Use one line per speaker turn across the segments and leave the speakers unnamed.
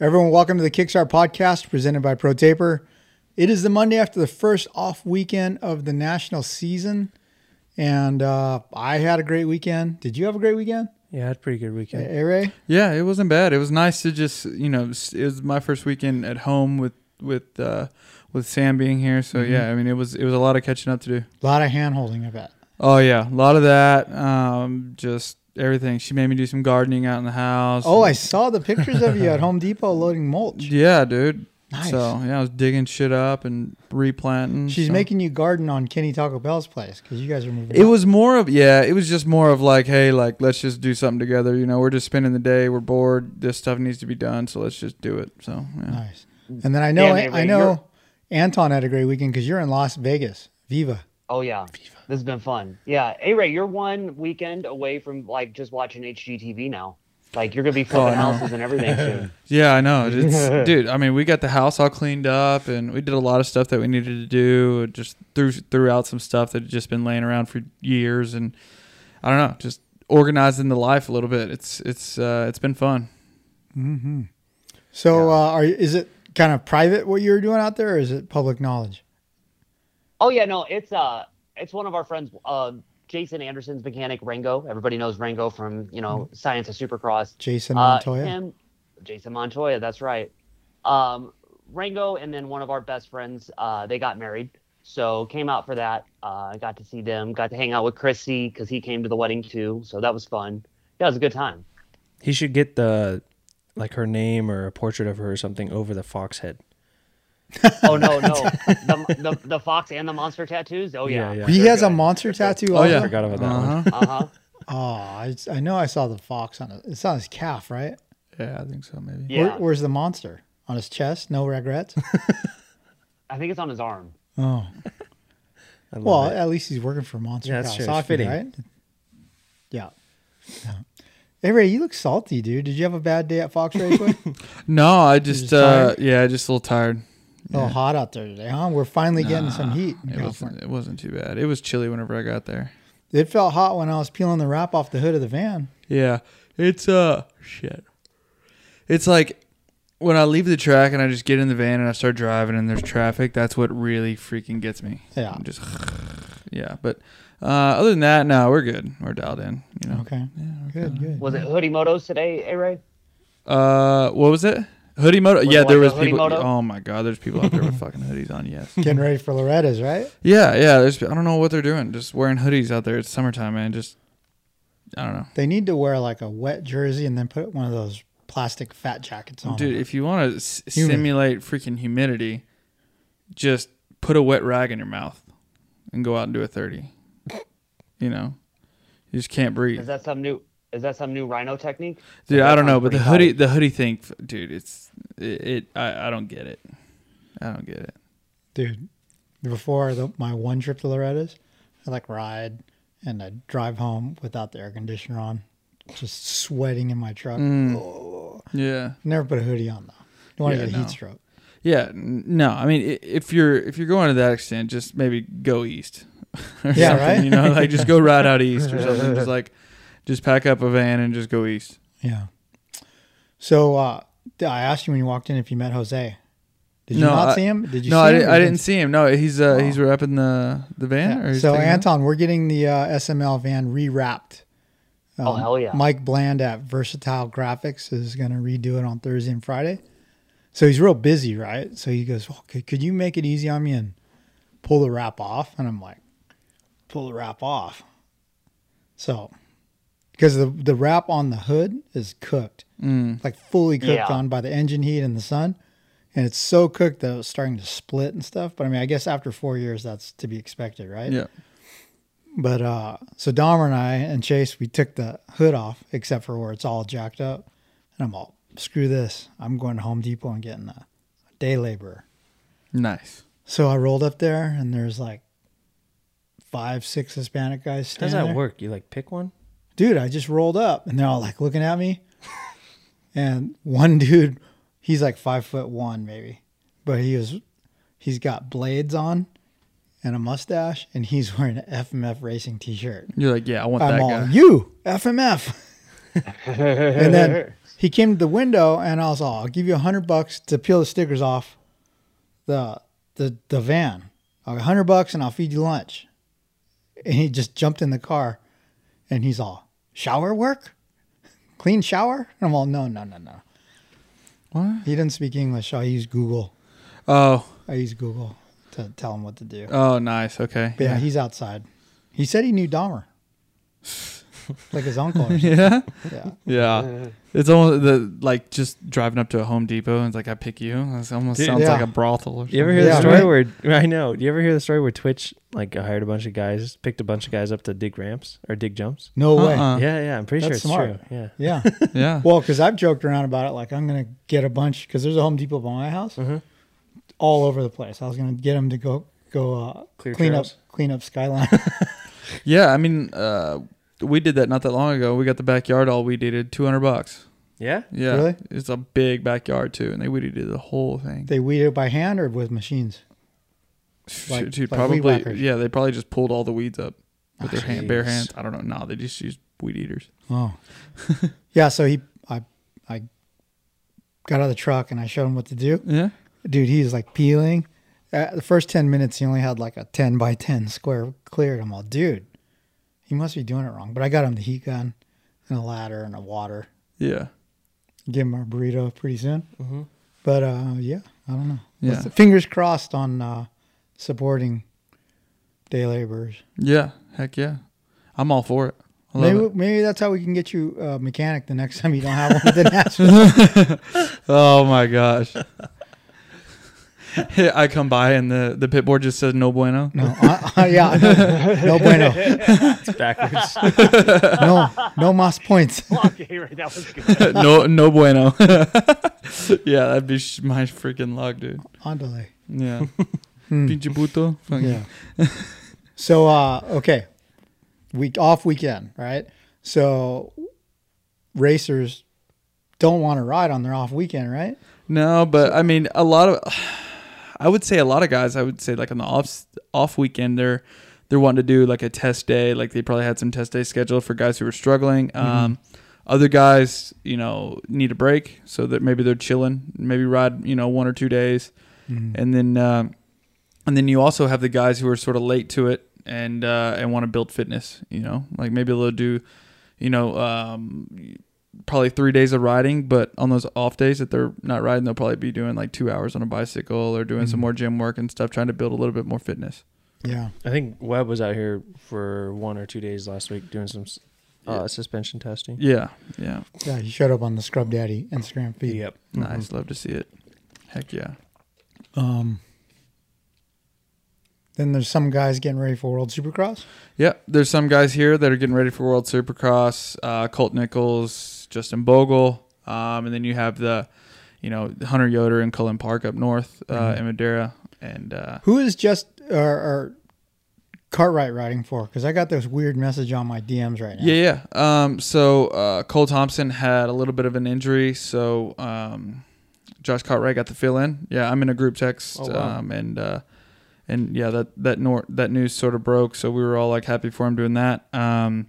Everyone, welcome to the Kickstart podcast presented by ProTaper. It is the Monday after the first off weekend of the national season, and uh, I had a great weekend. Did you have a great weekend?
Yeah, I had a pretty good weekend.
Eh, Ray?
Yeah, it wasn't bad. It was nice to just you know s- it was my first weekend at home with with uh, with Sam being here. So
Mm-hmm.
yeah, I mean it was it was a lot of catching up to do.
A lot of hand holding, I bet.
Oh yeah, a lot of that. Um, just everything. She made me do some gardening out in the house.
Oh, I saw the pictures of you at Home Depot loading mulch.
yeah, dude.
Nice.
So yeah, I was digging shit up and replanting.
She's
so.
making you garden on Kenny Taco Bell's place because you guys are moving.
It
out.
was more of yeah, it was just more of like, hey, like let's just do something together. You know, we're just spending the day. We're bored. This stuff needs to be done, so let's just do it. So yeah.
nice. And then I know
Damn it,
I
Ray,
know
you're-
Anton had a great weekend because you're in Las Vegas. Viva.
Oh yeah, this has been fun. Yeah, hey Ray, you're one weekend away from like just watching HGTV now. Like you're gonna be flipping
Oh,
no.
houses and everything soon.
Yeah, I know. It's, dude, I mean, we got the house all cleaned up and we did a lot of stuff that we needed to do. Just threw, threw out some stuff that had just been laying around for years. And I don't know, just organizing the life a little bit. It's, it's, uh, it's been fun.
So uh, are is it kind of private what you're doing out there, or is it public knowledge?
Oh yeah, no, it's uh, it's one of our friends, uh, Jason Anderson's mechanic Rango. Everybody knows Rango from you know Science of Supercross.
Mm-hmm. Jason
Uh,
Montoya.
him- Jason Montoya, that's right. Um, Rango and then one of our best friends, uh, they got married. So came out for that. Uh, got to see them. Got to hang out with Chrissy because he came to the wedding too. So that was fun. Yeah, it was a good time.
He should get the like her name or a portrait of her or something over the fox head.
Oh no, no, the, the, the fox and the monster tattoos. Oh yeah,
Yeah, yeah.
he
They're
has a
good.
monster tattoo.
Oh, yeah.
I forgot about that one.
Uh-huh.
Uh-huh.
Oh, I, I know. I saw the fox on it. It's on his calf, right?
yeah, I think so, maybe.
Yeah,
Where, where's the monster on his chest? No regrets.
I think it's on his arm.
oh,
I love
well, uh,
it.
at least he's working for Monster
Yeah,
House
that's true. It's
Coffee,
fitting.
right? Yeah. Yeah. Hey Ray, you look salty, dude. Did you have a bad day at Fox Raceway? A
No, I
just
just,
tired?
uh, yeah, just a little tired.
little hot out there today, huh? We're finally getting some heat. in
It
California.
wasn't, it wasn't too bad. It was chilly whenever I got there.
It felt hot when I was peeling the wrap off the hood of the van.
Yeah. It's uh shit. It's like when I leave the track and I just get in the van and I start driving and there's traffic, that's what really freaking gets me.
Yeah.
I'm just yeah, but uh, other than that, no, we're good. We're dialed in, you know.
Okay. Good, good.
Was it Hoodie Motos today, A Ray?
Uh what was it? Hoodie moto.
Was
yeah,
it
there
like
was
a hoodie
people
moto?
Oh my god, there's people out there with fucking hoodies on, yes.
Getting ready for Loretta's, right?
Yeah, yeah, there's I don't know what they're doing. Just wearing hoodies out there. It's summertime, man. Just I don't know.
They need to wear like a wet jersey and then put one of those plastic fat jackets on.
Dude, if you want to s-
Humid.
simulate freaking humidity, just put a wet rag in your mouth and go out and do a 30. You know, you just can't
Is
breathe.
that some new? Is that some new Rhino technique?
Dude, I don't know, but
Pretty
the
tight.
hoodie, the hoodie thing, f- dude, it's it. it I, I don't get it. I don't get it.
dude before the, my one trip to loretta's i like ride and i drive home without the air conditioner on just sweating in my truck Oh.
Yeah,
never put a hoodie on though don't want to
Mm. Yeah,
get a
no.
heat stroke
yeah. n- No, I mean, i- if you're if you're going to that extent, just maybe go east. or
Yeah,
something,
right?
You know, like just go right out east or something. Just like, just pack up a van and just go east.
yeah so uh th- i asked you when you walked in if you met jose did you
No,
not
I-
see him did you
no,
see
I
him
didn't,
or
I didn't see him. No, he's uh,
Oh.
he's up in the the van.
Yeah.
Or he's
so
taking it out?
anton we're getting the uh, sml van rewrapped
Oh, hell yeah.
Um, mike bland at versatile graphics is going to redo it on thursday and friday so he's real busy right so he goes oh, could, could you make it easy on me and pull the wrap off and i'm like pull the wrap off so because the, the wrap on the hood is cooked like fully cooked
Mm. Yeah.
on by the engine heat and the sun and it's so cooked that it's starting to split and stuff but i mean i guess after four years that's to be expected right
Yeah.
but uh so Dahmer and I and Chase, we took the hood off except for where it's all jacked up. And I'm all screw this. I'm going to Home Depot and getting a day laborer.
Nice.
So I rolled up there and there's like five, six Hispanic guys
How does
standing.
that
there.
work? You like pick one?
Dude, I just rolled up and they're all like looking at me. and one dude, he's like five foot one maybe, but he was, he's got blades on and a mustache and he's wearing an FMF racing t-shirt.
You're like, yeah, I want
I'm
that
all
guy.
you FMF. and then he came to the window and I was all, I'll give you a hundred bucks to peel the stickers off the the the van. A hundred bucks and I'll feed you lunch. And he just jumped in the car and he's all, shower work? Clean shower? And I'm all, no, no, no, no.
What?
He didn't speak English, so I used Google.
Oh,
I used Google to tell him what to do.
oh, nice. Okay.
But yeah, he's outside. He said he knew Dahmer. like his uncle or something.
Yeah.
Yeah.
Yeah. It's almost the like just driving up to a Home Depot and it's like I pick you. It almost
Dude,
sounds
yeah.
like a brothel. Or
You ever
something.
hear
Yeah,
the story
right.
where I know? You ever hear the story where Twitch like hired a bunch of guys, picked a bunch of guys up to dig ramps or dig jumps?
No way.
Uh-uh.
yeah, yeah, I'm pretty sure
that's
it's
smart.
true. Yeah,
Yeah.
Yeah.
Well, because I've joked around about it. Like, I'm going to get a bunch, because there's a Home Depot by my house all over the place. I was going to get them to go go uh,
Clear
clean
trails.
up clean up Skyline.
Yeah. I mean, uh, we did that not that long ago. We got the backyard all we needed, two hundred bucks.
yeah.
Yeah.
Really?
It's a big backyard too, and they weeded the whole thing.
they weed it by hand or with machines? like-
Dude, dude,
like weed
probably.
whackers. Ah,
yeah, they probably just pulled all the weeds up with their hand, bare
Jeez.
hands. I don't know. No, they just used weed eaters.
Oh. yeah. So he, I, I got out of the truck and I showed him what to do.
Yeah.
Dude, he's like peeling. At the first 10 minutes, he only had like a 10 by 10 square cleared. I'm all, dude, he must be doing it wrong. But I got him the heat gun and a ladder and a water.
Yeah.
give him our burrito pretty soon.
Mhm.
But uh, yeah, I don't know.
Yeah.
Let's- Fingers crossed on uh, supporting day laborers.
Yeah. Heck yeah. I'm all for it. I love
Maybe,
it.
maybe that's how we can get you a mechanic the next time you don't have one within Nashville.
Oh my gosh. I come by and the, the pit board just says no bueno.
No, uh, uh, yeah, no, no bueno,
It's backwards.
no, no mas points.
okay, right, that was good.
no no bueno. yeah, that'd be sh- my freaking luck, dude.
Andale.
Yeah.
Hmm.
Pinche puto. Fucking-
Yeah. so uh, okay, week off weekend, right? So racers don't want to ride on their off weekend, right?
No, but I mean a lot of I would say a lot of guys, I would say like on the off off weekend they're they're wanting to do like a test day, like they probably had some test day scheduled for guys who were struggling. Um other guys, you know, need a break so that maybe they're chilling, maybe ride, you know, one or two days. And then um and then you also have the guys who are sort of late to it and uh, and want to build fitness. You know, like maybe they'll do, you know, um, probably three days of riding, but on those off days that they're not riding, they'll probably be doing like two hours on a bicycle or doing some more gym work and stuff, trying to build a little bit more fitness.
Yeah.
I think Webb was out here for one or two days last week doing some s- uh, suspension testing.
Yeah, yeah,
Yeah, he showed up on the Scrub Daddy Instagram feed.
nice. Love to see it. Heck yeah.
Um, then there's some guys getting ready for World Supercross.
Yeah, there's some guys here that are getting ready for World Supercross. Uh, Colt Nichols, Justin Bogle, um, and then you have the, you know, Hunter Yoder and Cullen Park up north uh, in Madeira, and uh,
Who is just or, or Cartwright riding for? Because I got this weird message on my DMs right now.
yeah, yeah. Um, so uh, Cole Thompson had a little bit of an injury, so um, Josh Cartwright got the fill in. Yeah, I'm in a group text,
Oh, wow.
um, and uh, and yeah, that that nor- that news sort of broke, so we were all like happy for him doing that. Um,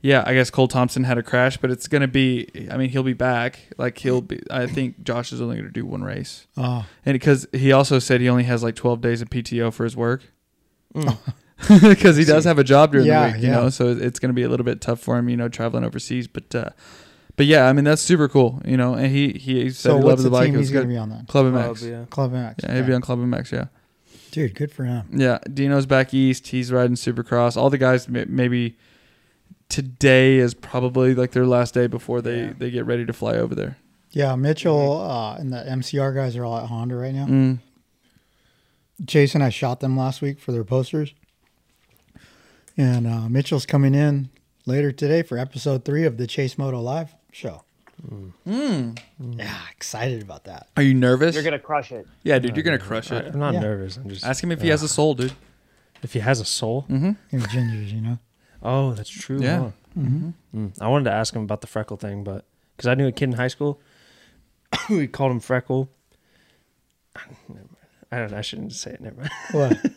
yeah, I guess Cole Thompson had a crash, but it's gonna be. I mean, he'll be back. Like he'll be. I think Josh is only gonna do one race,
Oh,
and because he also said he only has like 12 days of PTO for his work. because he does have a job during
Mm. Yeah,
the week, you
yeah.
know, so it's going to be a little bit tough for him, you know, traveling overseas. But, uh, but yeah, I mean that's super cool, you know. And he he said
so
he
what's
loved
the,
the bike.
team
it was
he's going to
good.
be on then?
Club and
Club,
Max. Yeah,
yeah.
Club X.
he'll be
Okay.
on Club and Max. Yeah,
Dude, good for him.
yeah. Dino's back east. He's riding Supercross. All the guys may- maybe today is probably like their last day before they
Yeah.
they get ready to fly over there.
Yeah, Mitchell
Mm-hmm.
uh, and the MCR guys are all at Honda right now.
Mm.
Chase and I shot them last week for their posters. And uh, Mitchell's coming in later today for episode three of the Chase Moto Live show.
Mm.
Yeah, excited about that.
Are you nervous?
You're gonna crush it.
yeah, dude, you're gonna crush it.
I'm not
Oh, Yeah.
nervous. I'm just
Ask him if he has a soul, dude.
if he has a soul.
Mm-hmm. You're gingers, you know.
Oh, that's true.
Yeah.
huh?
Mm-hmm.
Mm. I wanted to ask him about the freckle thing, but because I knew a kid in high school, we called him freckle. I don't. I shouldn't say it. Never mind.
What?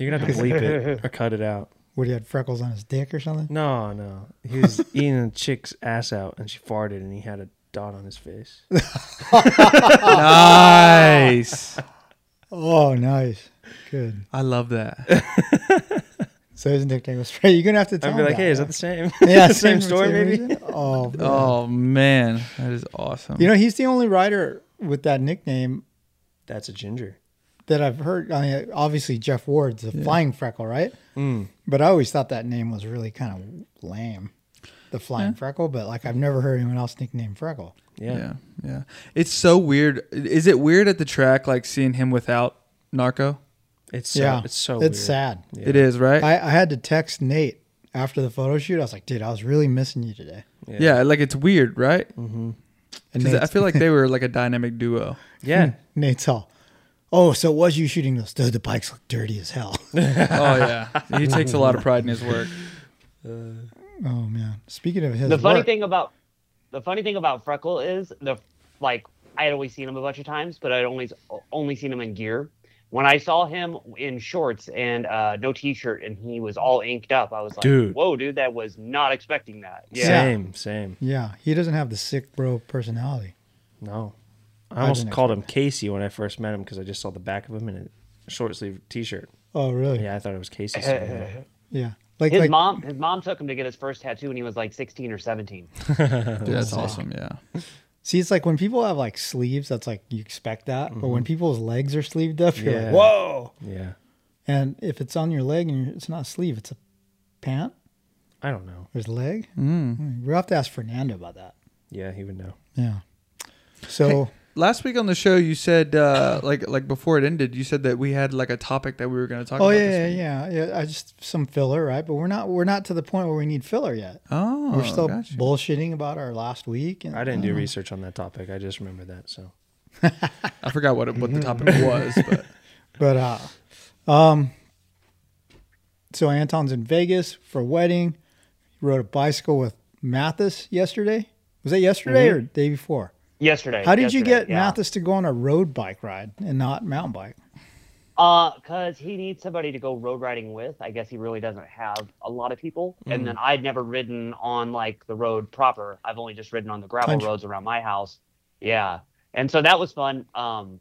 You're gonna have to bleep it or cut it out.
What he had freckles on his dick or something?
No, no. He was eating a chick's ass out, and she farted, and he had a dot on his face.
Nice.
Oh, nice, good.
I love that.
So his nickname was Freddy. You're gonna have to tell
I'd be
him
like, hey, is that the same?
yeah,
same, story, maybe.
reason? Oh, man.
Oh man, that is awesome.
you know, he's the only rider with that nickname
That's a ginger.
that I've heard. I mean, obviously, Jeff Ward's a flying freckle, right?
Mm.
But I always thought that name was really kind of lame, the flying freckle. But like, I've never heard anyone else nickname freckle.
Yeah.
yeah, yeah. It's so weird. Is it weird at the track like seeing him without Narco?
It's so,
yeah,
It's so.
it's
weird.
sad.
Yeah.
It is right.
I, I had to text Nate after the photo shoot. I was like, dude, I was really missing you today.
yeah. like it's weird, right?
Mm-hmm. And
'Cause I
Nate's,
feel like they were like a dynamic duo.
Yeah.
Nate's all, oh, so it was you shooting those? Dude, the bikes look dirty as hell.
Oh yeah, he takes a lot of pride in his work.
oh man. Speaking of his,
the funny
work-
thing about the funny thing about Freckle is the like I had always seen him a bunch of times, but I'd only only seen him in gear. When I saw him in shorts and uh, no t-shirt, and he was all inked up, I was like,
Dude.
"Whoa, dude, that was not expecting that." Yeah,
Same. Same.
yeah, he doesn't have the sick bro personality.
No. I almost
didn't
called him Casey when I first met him because I just saw the back of him in a short sleeve t shirt.
Oh, really?
Yeah, I thought it was Casey. somewhere.
Yeah. Like,
his
like
mom, his mom took him to get his first tattoo when he was like 16 or 17.
Dude, that's awesome. Yeah.
see, it's like when people have like sleeves, that's like you expect that. But
Mm-hmm.
when people's legs are sleeved up, you're
Yeah.
like, whoa.
yeah.
And if it's on your leg and you're, it's not a sleeve, it's a pant
I don't know.
or his leg. Mm. We'll have to ask Fernando about that.
Yeah, he would know.
Yeah. So oh,
Last week on the show, you said uh, like like before it ended, you said that we had like a topic that we were going to talk
Oh
about.
yeah,
this week.
yeah, yeah, yeah. I just some filler, right? But we're not we're not to the point where we need filler yet.
Oh,
we're still
gotcha.
bullshitting about our last week. And
I didn't
Uh-huh.
do research on that topic. I just remember that. So
I forgot what it, what the topic was, but
But uh, um, so Anton's in Vegas for a wedding. He rode a bicycle with Mathis yesterday. Was that yesterday or day before?
Yesterday.
How did you
Mm-hmm. yesterday,
get
yeah.
Mathis to go on a road bike ride and not mountain bike?
Uh, cause he needs somebody to go road riding with. I guess he really doesn't have a lot of people. And then I'd never ridden on like the road proper. I've only just ridden on the gravel
Country.
roads around my house. Yeah, and so that was fun. Um,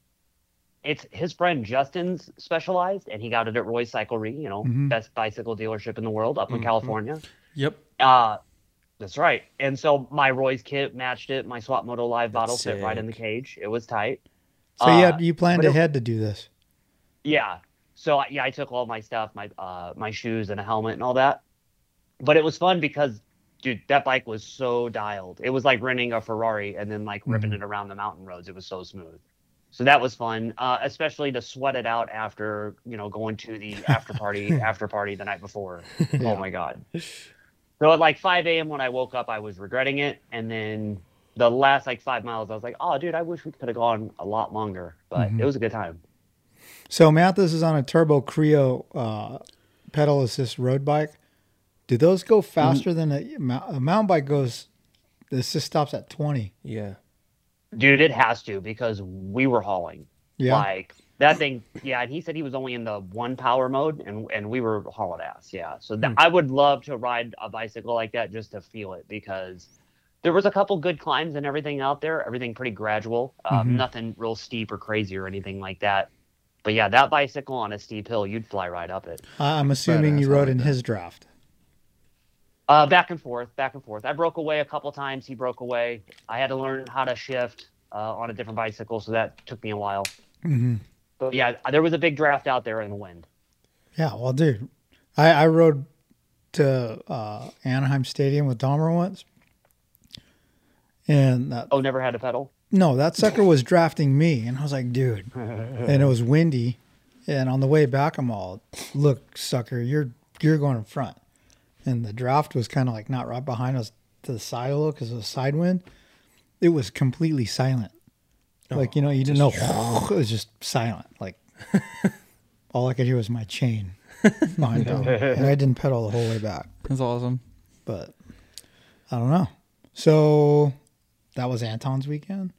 it's his friend Justin's specialized, and he got it at Roy's Cyclery. You know, best bicycle dealership in the world up in California.
yep.
Uh, that's right. And so my Roy's kit matched it. My Swap Moto Live bottle fit right in the
sick.
cage. It was tight.
So you
Uh,
had you planned
but it-
ahead to do this.
yeah. So I- yeah, I took all my stuff, my uh, my shoes and a helmet and all that. But it was fun because, dude, that bike was so dialed. It was like renting a Ferrari and then like ripping it around the mountain roads. It was so smooth. So that was fun, uh, especially to sweat it out after you know going to the after party after party the night before. Oh my god. So at like 5 a.m. when I woke up, I was regretting it, and then the last like five miles, I was like, oh dude, I wish we could have gone a lot longer, but it was a good time.
So Mathis is on a Turbo Creo uh, pedal assist road bike. Do those go
Mm-hmm.
faster than a, mou- a mountain bike goes? The assist stops at twenty.
yeah,
Dude, it has to because we were hauling.
Yeah.
Like that thing, yeah, and he said he was only in the one power mode and and we were hauling ass. Yeah. So that I would love to ride a bicycle like that just to feel it because there was a couple good climbs and everything out there, everything pretty gradual. Um, nothing real steep or crazy or anything like that. But yeah, that bicycle on a steep hill, you'd fly right up it.
I- I'm assuming you
Badass, I
rode
like
in
that.
his draft.
Uh, back and forth, back and forth. I broke away a couple times. He broke away. I had to learn how to shift uh, on a different bicycle, so that took me a while. But yeah, there was a big draft out there in the wind.
Yeah, well, dude, I, I rode to uh, Anaheim Stadium with Dahmer once, and that,
Oh, never had a pedal.
no, that sucker was drafting me, and I was like, dude, and it was windy, and on the way back, I'm all, look, sucker, you're you're going in front, and the draft was kind of like not right behind us to the side a little because of the side wind, it was completely silent. like you know, you didn't know. It was just silent. Like all I could hear was my chain. behind pedal. and I didn't pedal the whole way back,
That's awesome.
but I don't know. So that was Anton's weekend.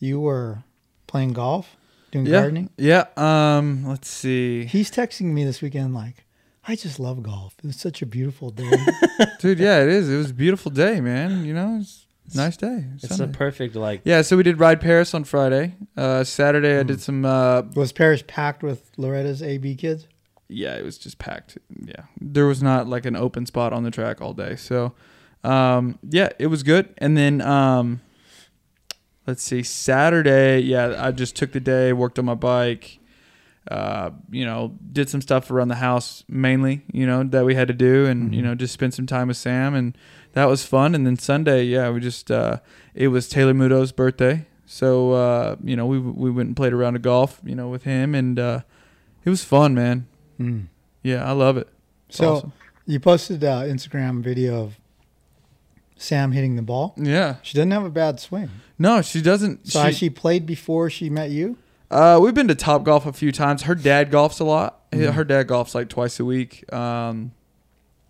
You were playing golf, doing
Yeah.
gardening.
Yeah. Um. Let's see,
He's texting me this weekend like, I just love golf. It was such a beautiful day.
dude. Yeah, it is. It was a beautiful day, man. You know, it's a nice day.
It's the
Sunday.
perfect like.
yeah. So we did ride Paris on Friday. Uh, Saturday I did some. Uh,
was Paris packed with Loretta's AB kids?
yeah, it was just packed. Yeah, there was not like an open spot on the track all day. So, um, yeah, it was good. And then, um, let's see, Saturday. Yeah, I just took the day, worked on my bike. Uh, you know, did some stuff around the house mainly. You know that we had to do, and you
Mm-hmm.
know just spent some time with Sam, and that was fun. And then Sunday, yeah, we just uh, it was Taylor Mudo's birthday. So uh, you know we we went and played a round of golf, you know, with him, and uh, it was fun, man. Yeah, I love it. It's
Mm. So
awesome.
you posted an Instagram video of Sam hitting the ball.
yeah,
She doesn't have a bad swing.
no, she doesn't.
So she,
she,
she played before she met you.
uh, we've been to Top Golf a few times. Her dad golfs a lot. He- Her dad golfs like twice a week. Um,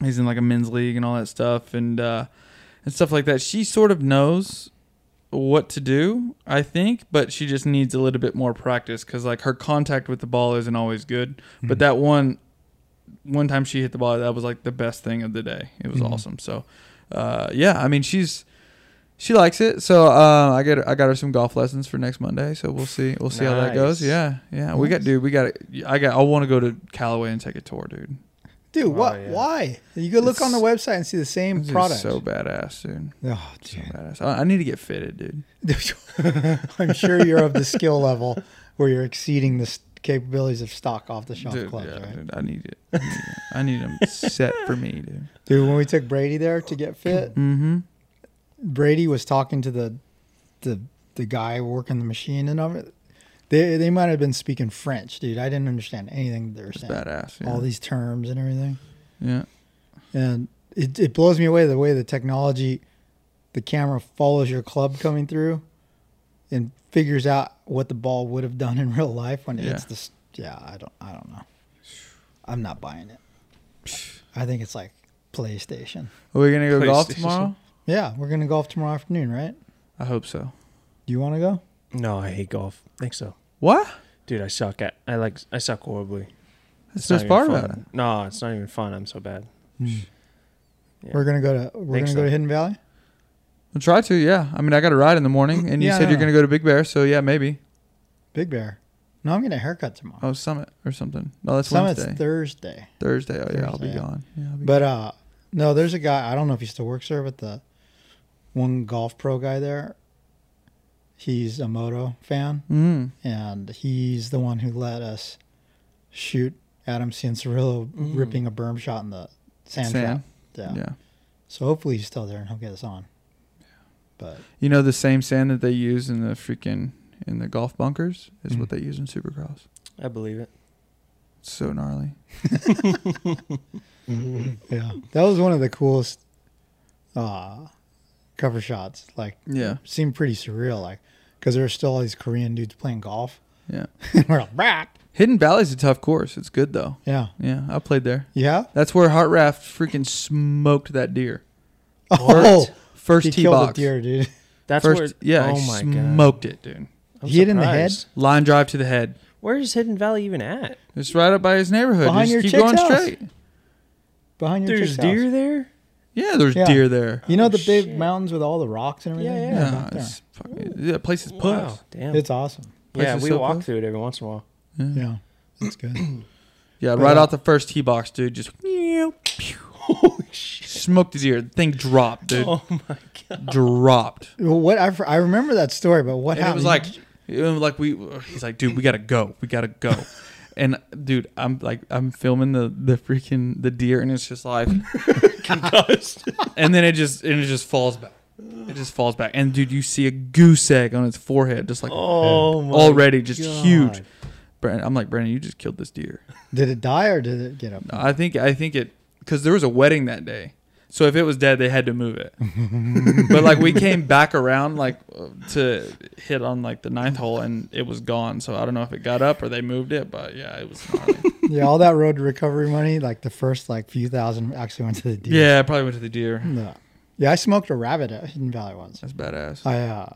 he's in like a men's league and all that stuff, and uh, and stuff like that. She sort of knows what to do, I think, but she just needs a little bit more practice because like her contact with the ball isn't always good.
Hmm.
But that one one time she hit the ball, that was like the best thing of the day. It
Hmm.
was awesome. So, uh, yeah, I mean, she's she likes it. So uh, I get I got her some golf lessons for next Monday. So we'll see we'll see how that goes.
Nice.
Yeah, yeah, we got dude, we got I got I want to go to Callaway and take a tour, dude. Oh,
Dude, what?
yeah.
Why? You could look on the website and see the same
This is
product.
so badass, dude.
oh,
So
dude.
badass. I, I need to get fitted, dude.
I'm sure you're of the skill level where you're exceeding the s- capabilities of stock off the shelf
Dude,
clubs,
yeah,
right?
dude, I need it. I need it. I need them set for me, dude.
Dude, when we took Brady there to get fit, mm-hmm. Brady was talking to the the the guy working the machine and all it. They they might have been speaking French, dude. I didn't understand anything they were saying.
Badass. Yeah.
All these terms and everything.
yeah.
And it, it blows me away the way the technology, the camera follows your club coming through and figures out what the ball would have done in real life when it
Yeah.
hits the. s- Yeah, I don't, I don't know. I'm not buying it. I think it's like PlayStation.
Are we gonna go golf
PlayStation.
tomorrow?
Yeah, we're going to golf tomorrow afternoon, right?
I hope so.
Do you want to go?
No, I hate golf. think so,
What?
dude. I suck at. I like. I suck horribly.
That's
not
the
even
part about it.
fun. No, it's not even fun. I'm so bad. Yeah.
We're going to go to we're going
Think
to go to
so.
Hidden Valley.
I'll try to. Yeah. I mean, I got a ride in the morning, and you
Yeah,
said
no,
you're
no.
gonna go to Big Bear, so yeah, maybe.
Big Bear. No, I'm getting a haircut tomorrow.
Oh, Summit or something. No, that's
Summit's
Wednesday.
Thursday.
Thursday. Oh yeah, I'll be
Thursday, yeah.
gone. Yeah, I'll be
But uh no, there's a guy, I don't know if he still works there, but the one golf pro guy there, he's a moto fan
Mm.
and he's the one who let us shoot Adam Ciancerillo ripping a berm shot in the sand,
Mm. Sand.
trap.
Yeah.
Yeah. So hopefully he's still there and he'll get us on. But
You know the same sand that they use in the freaking in the golf bunkers is
Mm-hmm.
what they use in Supercross.
I believe it.
It's so gnarly.
yeah, that was one of the coolest uh cover shots. Like
Yeah.
seemed pretty surreal like because there were still all these Korean dudes playing golf.
Yeah.
and we're like, "Brah."
Hidden Valley's a tough course. It's good though.
yeah.
Yeah, I played there.
Yeah.
That's where Heart Raft freaking smoked that deer.
Oh,
First
he
tee
killed
box.
the deer, dude.
That's
First,
where.
yeah,
Oh
he
my god.
smoked it, dude.
I'm
Hit in the head?
surprised.
Line drive to the head.
Where is Hidden Valley even at?
It's right up by his neighborhood.
Behind
Just
your
keep
chick's
going
house.
straight.
Behind your
There's
chick's house.
deer there.
Yeah, there's
Yeah.
deer there.
You know
Oh,
the big
shit.
mountains with all the rocks and everything.
Yeah,
Yeah,
back there.
it's fucking, yeah place is
Wow,
puss.
damn.
It's awesome.
yeah,
place is
we
so
walk
close.
through it every once in a while.
Yeah, it's good.
Yeah,
uh,
right out the first tee box, dude. Just meow, pew. smoked the deer. The thing dropped, dude.
Oh my god.
Dropped.
well, what I, I remember that story, but what
And it
happened?
was like, it was like we. He's like, dude, we gotta go. We gotta go. And dude, I'm like, I'm filming the the freaking the deer, and it's just like, and then it just and it just falls back. It just falls back, and dude, you see a goose egg on its forehead, just like
Oh my.
already just
God.
huge. Brandon, I'm like, Brandon, you just killed this deer.
did it die or did it get up?
I think I think it because there was a wedding that day, So if it was dead, they had to move it. but like we came back around like to hit on like the ninth hole and it was gone. So I don't know if it got up or they moved it, but yeah, it was. gnarly.
yeah, all that road to recovery money, like the first like few thousand, actually went to the deer.
yeah, it probably went to the deer.
Yeah, yeah. I smoked a rabbit at Hidden Valley once.
That's badass.
I uh,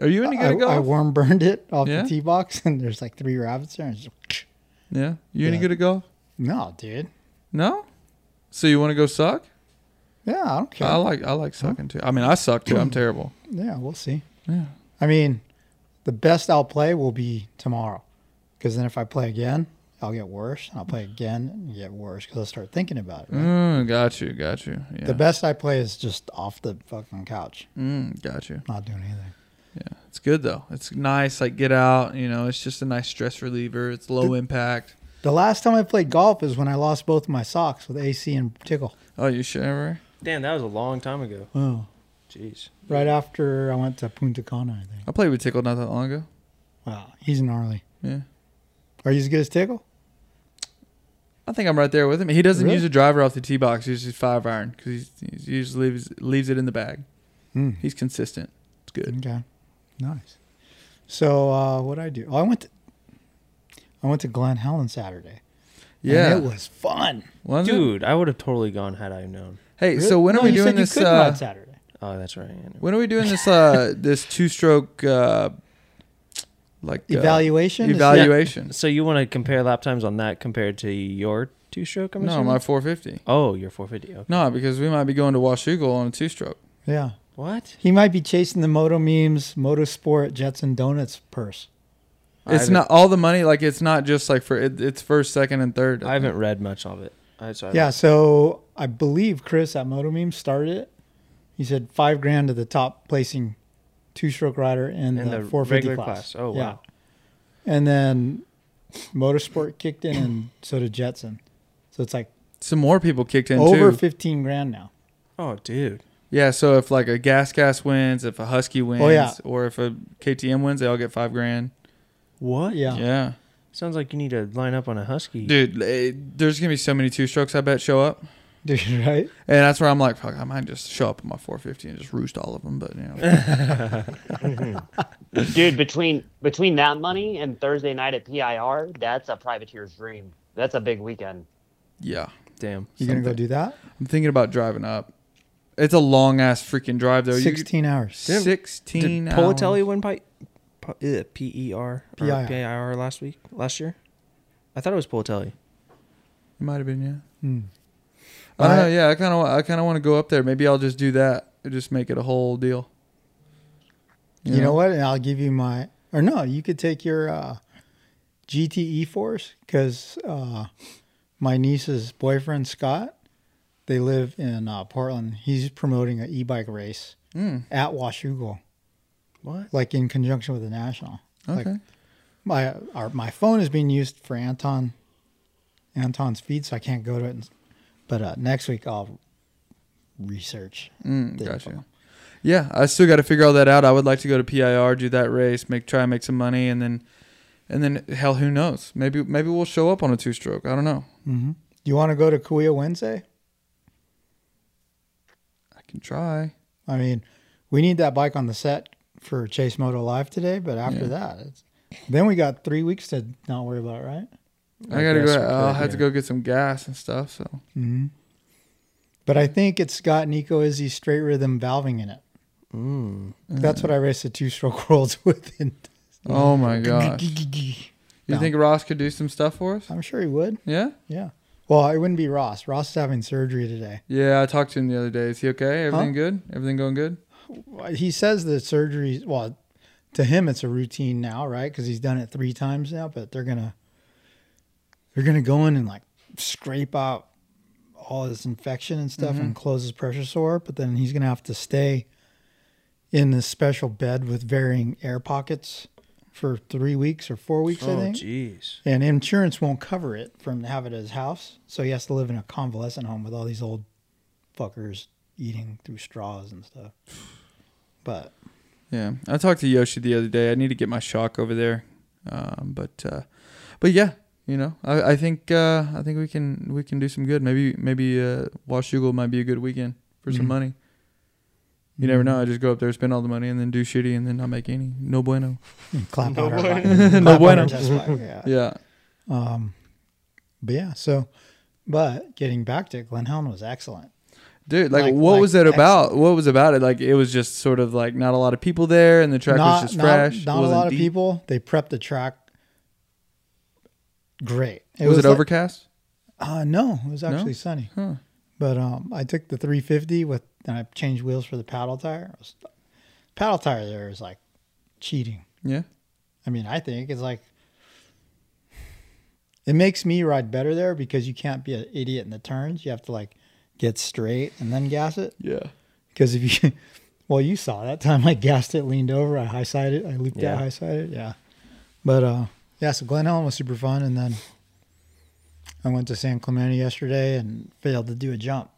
Are you any
I,
good at
I
golf?
warm burned it off
Yeah?
the tee box, and there's like three rabbits there. And just,
yeah, you any
Yeah.
good at golf?
no, dude.
No. So you want to go suck?
Yeah, I don't care.
I like I like sucking too. I mean, I suck too. I'm terrible.
yeah, we'll see.
Yeah.
I mean, the best I'll play will be tomorrow, because then if I play again, I'll get worse, and I'll play again and get worse because I'll start thinking about it. right?
Mm, got you. Got you. Yeah.
The best I play is just off the fucking couch,
Mm, got you.
not doing anything.
Yeah. It's good though. It's nice. Like get out. You know, it's just a nice stress reliever. It's low impact.
The last time I played golf is when I lost both of my socks with AC and Tickle.
Oh, you sure?
Damn, that was a long time ago.
Oh.
Jeez.
Right after I went to Punta Cana, I think.
I played with Tickle not that long ago.
Wow, he's gnarly.
Yeah.
Are you as good as Tickle?
I think I'm right there with him. He doesn't
Really?
use a driver off the tee box. He uses five iron because he usually leaves leaves it in the bag.
Hmm. Mm.
He's consistent. It's good.
Okay, nice. So uh, what I do? Oh, I went. To, I went to Glen Helen Saturday. and
Yeah.
it was fun.
Wasn't it?
Dude, I would have totally gone had I known.
Hey, so when
No,
are we
you
doing
said
this?
You couldn't
uh,
on Saturday.
Oh, that's right. I know.
When are we doing this? Uh, this two stroke, uh, like uh,
Evaluation. is-
evaluation.
So you want to compare lap times on that compared to your two stroke? I'm
No,
assuming?
my 450.
Oh, your 450. Okay.
No, because we might be going to Washugal on a two stroke.
Yeah,
What?
he might be chasing the Moto memes, Motorsport Jetson Donuts purse.
I
It's
haven't-
not all the money. Like it's not just like for it, it's first, second, and third.
I haven't read much of it. I, so I
Yeah, so I believe Chris at Moto Meme started it. He said five grand to the top placing two stroke rider in,
In
the,
the
450
regular
class.
class. Oh,
Yeah.
wow.
And then Motorsport kicked in, and so did Jetson. So it's like
Some more people kicked in
over
too.
15 grand now.
Oh, dude.
Yeah. So if like a gas gas wins, if a Husky wins,
yeah.
or if a KTM wins, they all get five grand.
What?
Yeah.
Yeah,
Sounds like you need to line up on a husky.
dude. eh, there's gonna be so many two strokes. I bet show up.
Dude, right?
And that's where I'm like, fuck, I might just show up in my 450 and just roost all of them. But you know,
dude. Between between that money and Thursday night at PIR, that's a privateer's dream. That's a big weekend.
yeah.
Damn.
You're going to go do that?
I'm thinking about driving up. It's a long ass freaking drive though. You-
16 hours.
Damn.
16
Did
hours.
Politelli win by P E R P
PIR.
I R last week? Last year? I thought it was Politelli.
It might have been yeah.
Hmm.
I don't know.
I-
Yeah, I kind of I kind of want to go up there. Maybe I'll just do that. Just make it a whole deal.
You know what? And I'll give you my, or no, you could take your uh, GTE force because uh, my niece's boyfriend, Scott, they live in uh, Portland. He's promoting an e bike race
Mm,
at Washougal,
What?
like in conjunction with the National.
okay.
Like my our, my phone is being used for Anton Anton's feed, so I can't go to it. and- But uh, next week I'll research.
Mm,
the
gotcha.
info.
Yeah, I still got to figure all that out. I would like to go to PIR, do that race, make try and make some money, and then and then hell, who knows? Maybe maybe we'll show up on a two stroke. I don't know.
Do Mm-hmm. you want to go to Kuya Wednesday?
I can try.
I mean, we need that bike on the set for Chase Moto Live today, but after
Yeah.
that, it's, then we got three weeks to not worry about, it, right?
I,
I
gotta go.
guess we
I'll
could,
have to
yeah.
go get some gas and stuff. So
Mm-hmm. But I think it's got Nico Izzy straight rhythm valving in it.
Mm.
That's what I raced the two stroke worlds with. In
Oh my gosh. You
No.
think Ross could do some stuff for us?
I'm sure he would.
Yeah?
Yeah. Well, it wouldn't be Ross. Ross is having surgery today.
Yeah, I talked to him the other day. Is he okay? Everything good? Everything going good?
He says the surgery, well, to him it's a routine now, right? Because he's done it three times now. But they're gonna, they're gonna go in and like scrape out all his infection and stuff and close his pressure sore. But then he's gonna have to stay in this special bed with varying air pockets for three weeks or four weeks, I
Oh,
think.
jeez.
And insurance won't cover it from to have it at his house, so he has to live in a convalescent home with all these old fuckers eating through straws and stuff. But
Yeah. I talked to Yoshi the other day. I need to get my shock over there. Um, but uh, but yeah, you know, I, I think uh, I think we can we can do some good. Maybe maybe uh Washugal might be a good weekend. for
Mm-hmm.
some money. You never know. I just go up there, spend all the money, and then do shitty, and then not make any. No bueno.
Clap no on her
bueno.
butt.
No
Clap on her
bueno.
chest butt, yeah.
Yeah.
Um, but yeah, so, but getting back to it, Glen Helen was excellent.
Dude, like,
Like-
what
like
was that about?
excellent.
What was about it? Like, it was just sort of like not a lot of people there, and the track
not,
was just
not-
fresh. It
Not, a
wasn't
lot of
deep.
people. They prepped the track. Great.
was, it
like-
overcast?
Uh, no, it was actually sunny.
Huh.
But um, I took the 350 with, and I changed wheels for the paddle tire. It was, paddle tire there is like cheating.
Yeah.
I mean, I think it's like it makes me ride better there because you can't be an idiot in the turns. You have to like get straight and then gas it.
Yeah.
Because if you, well, you saw that time I gassed it, leaned over, I high sided, I looped
Yeah.
out, high sided, yeah. But uh, yeah, so Glen Helen was super fun, and then I went to San Clemente yesterday and failed to do a jump.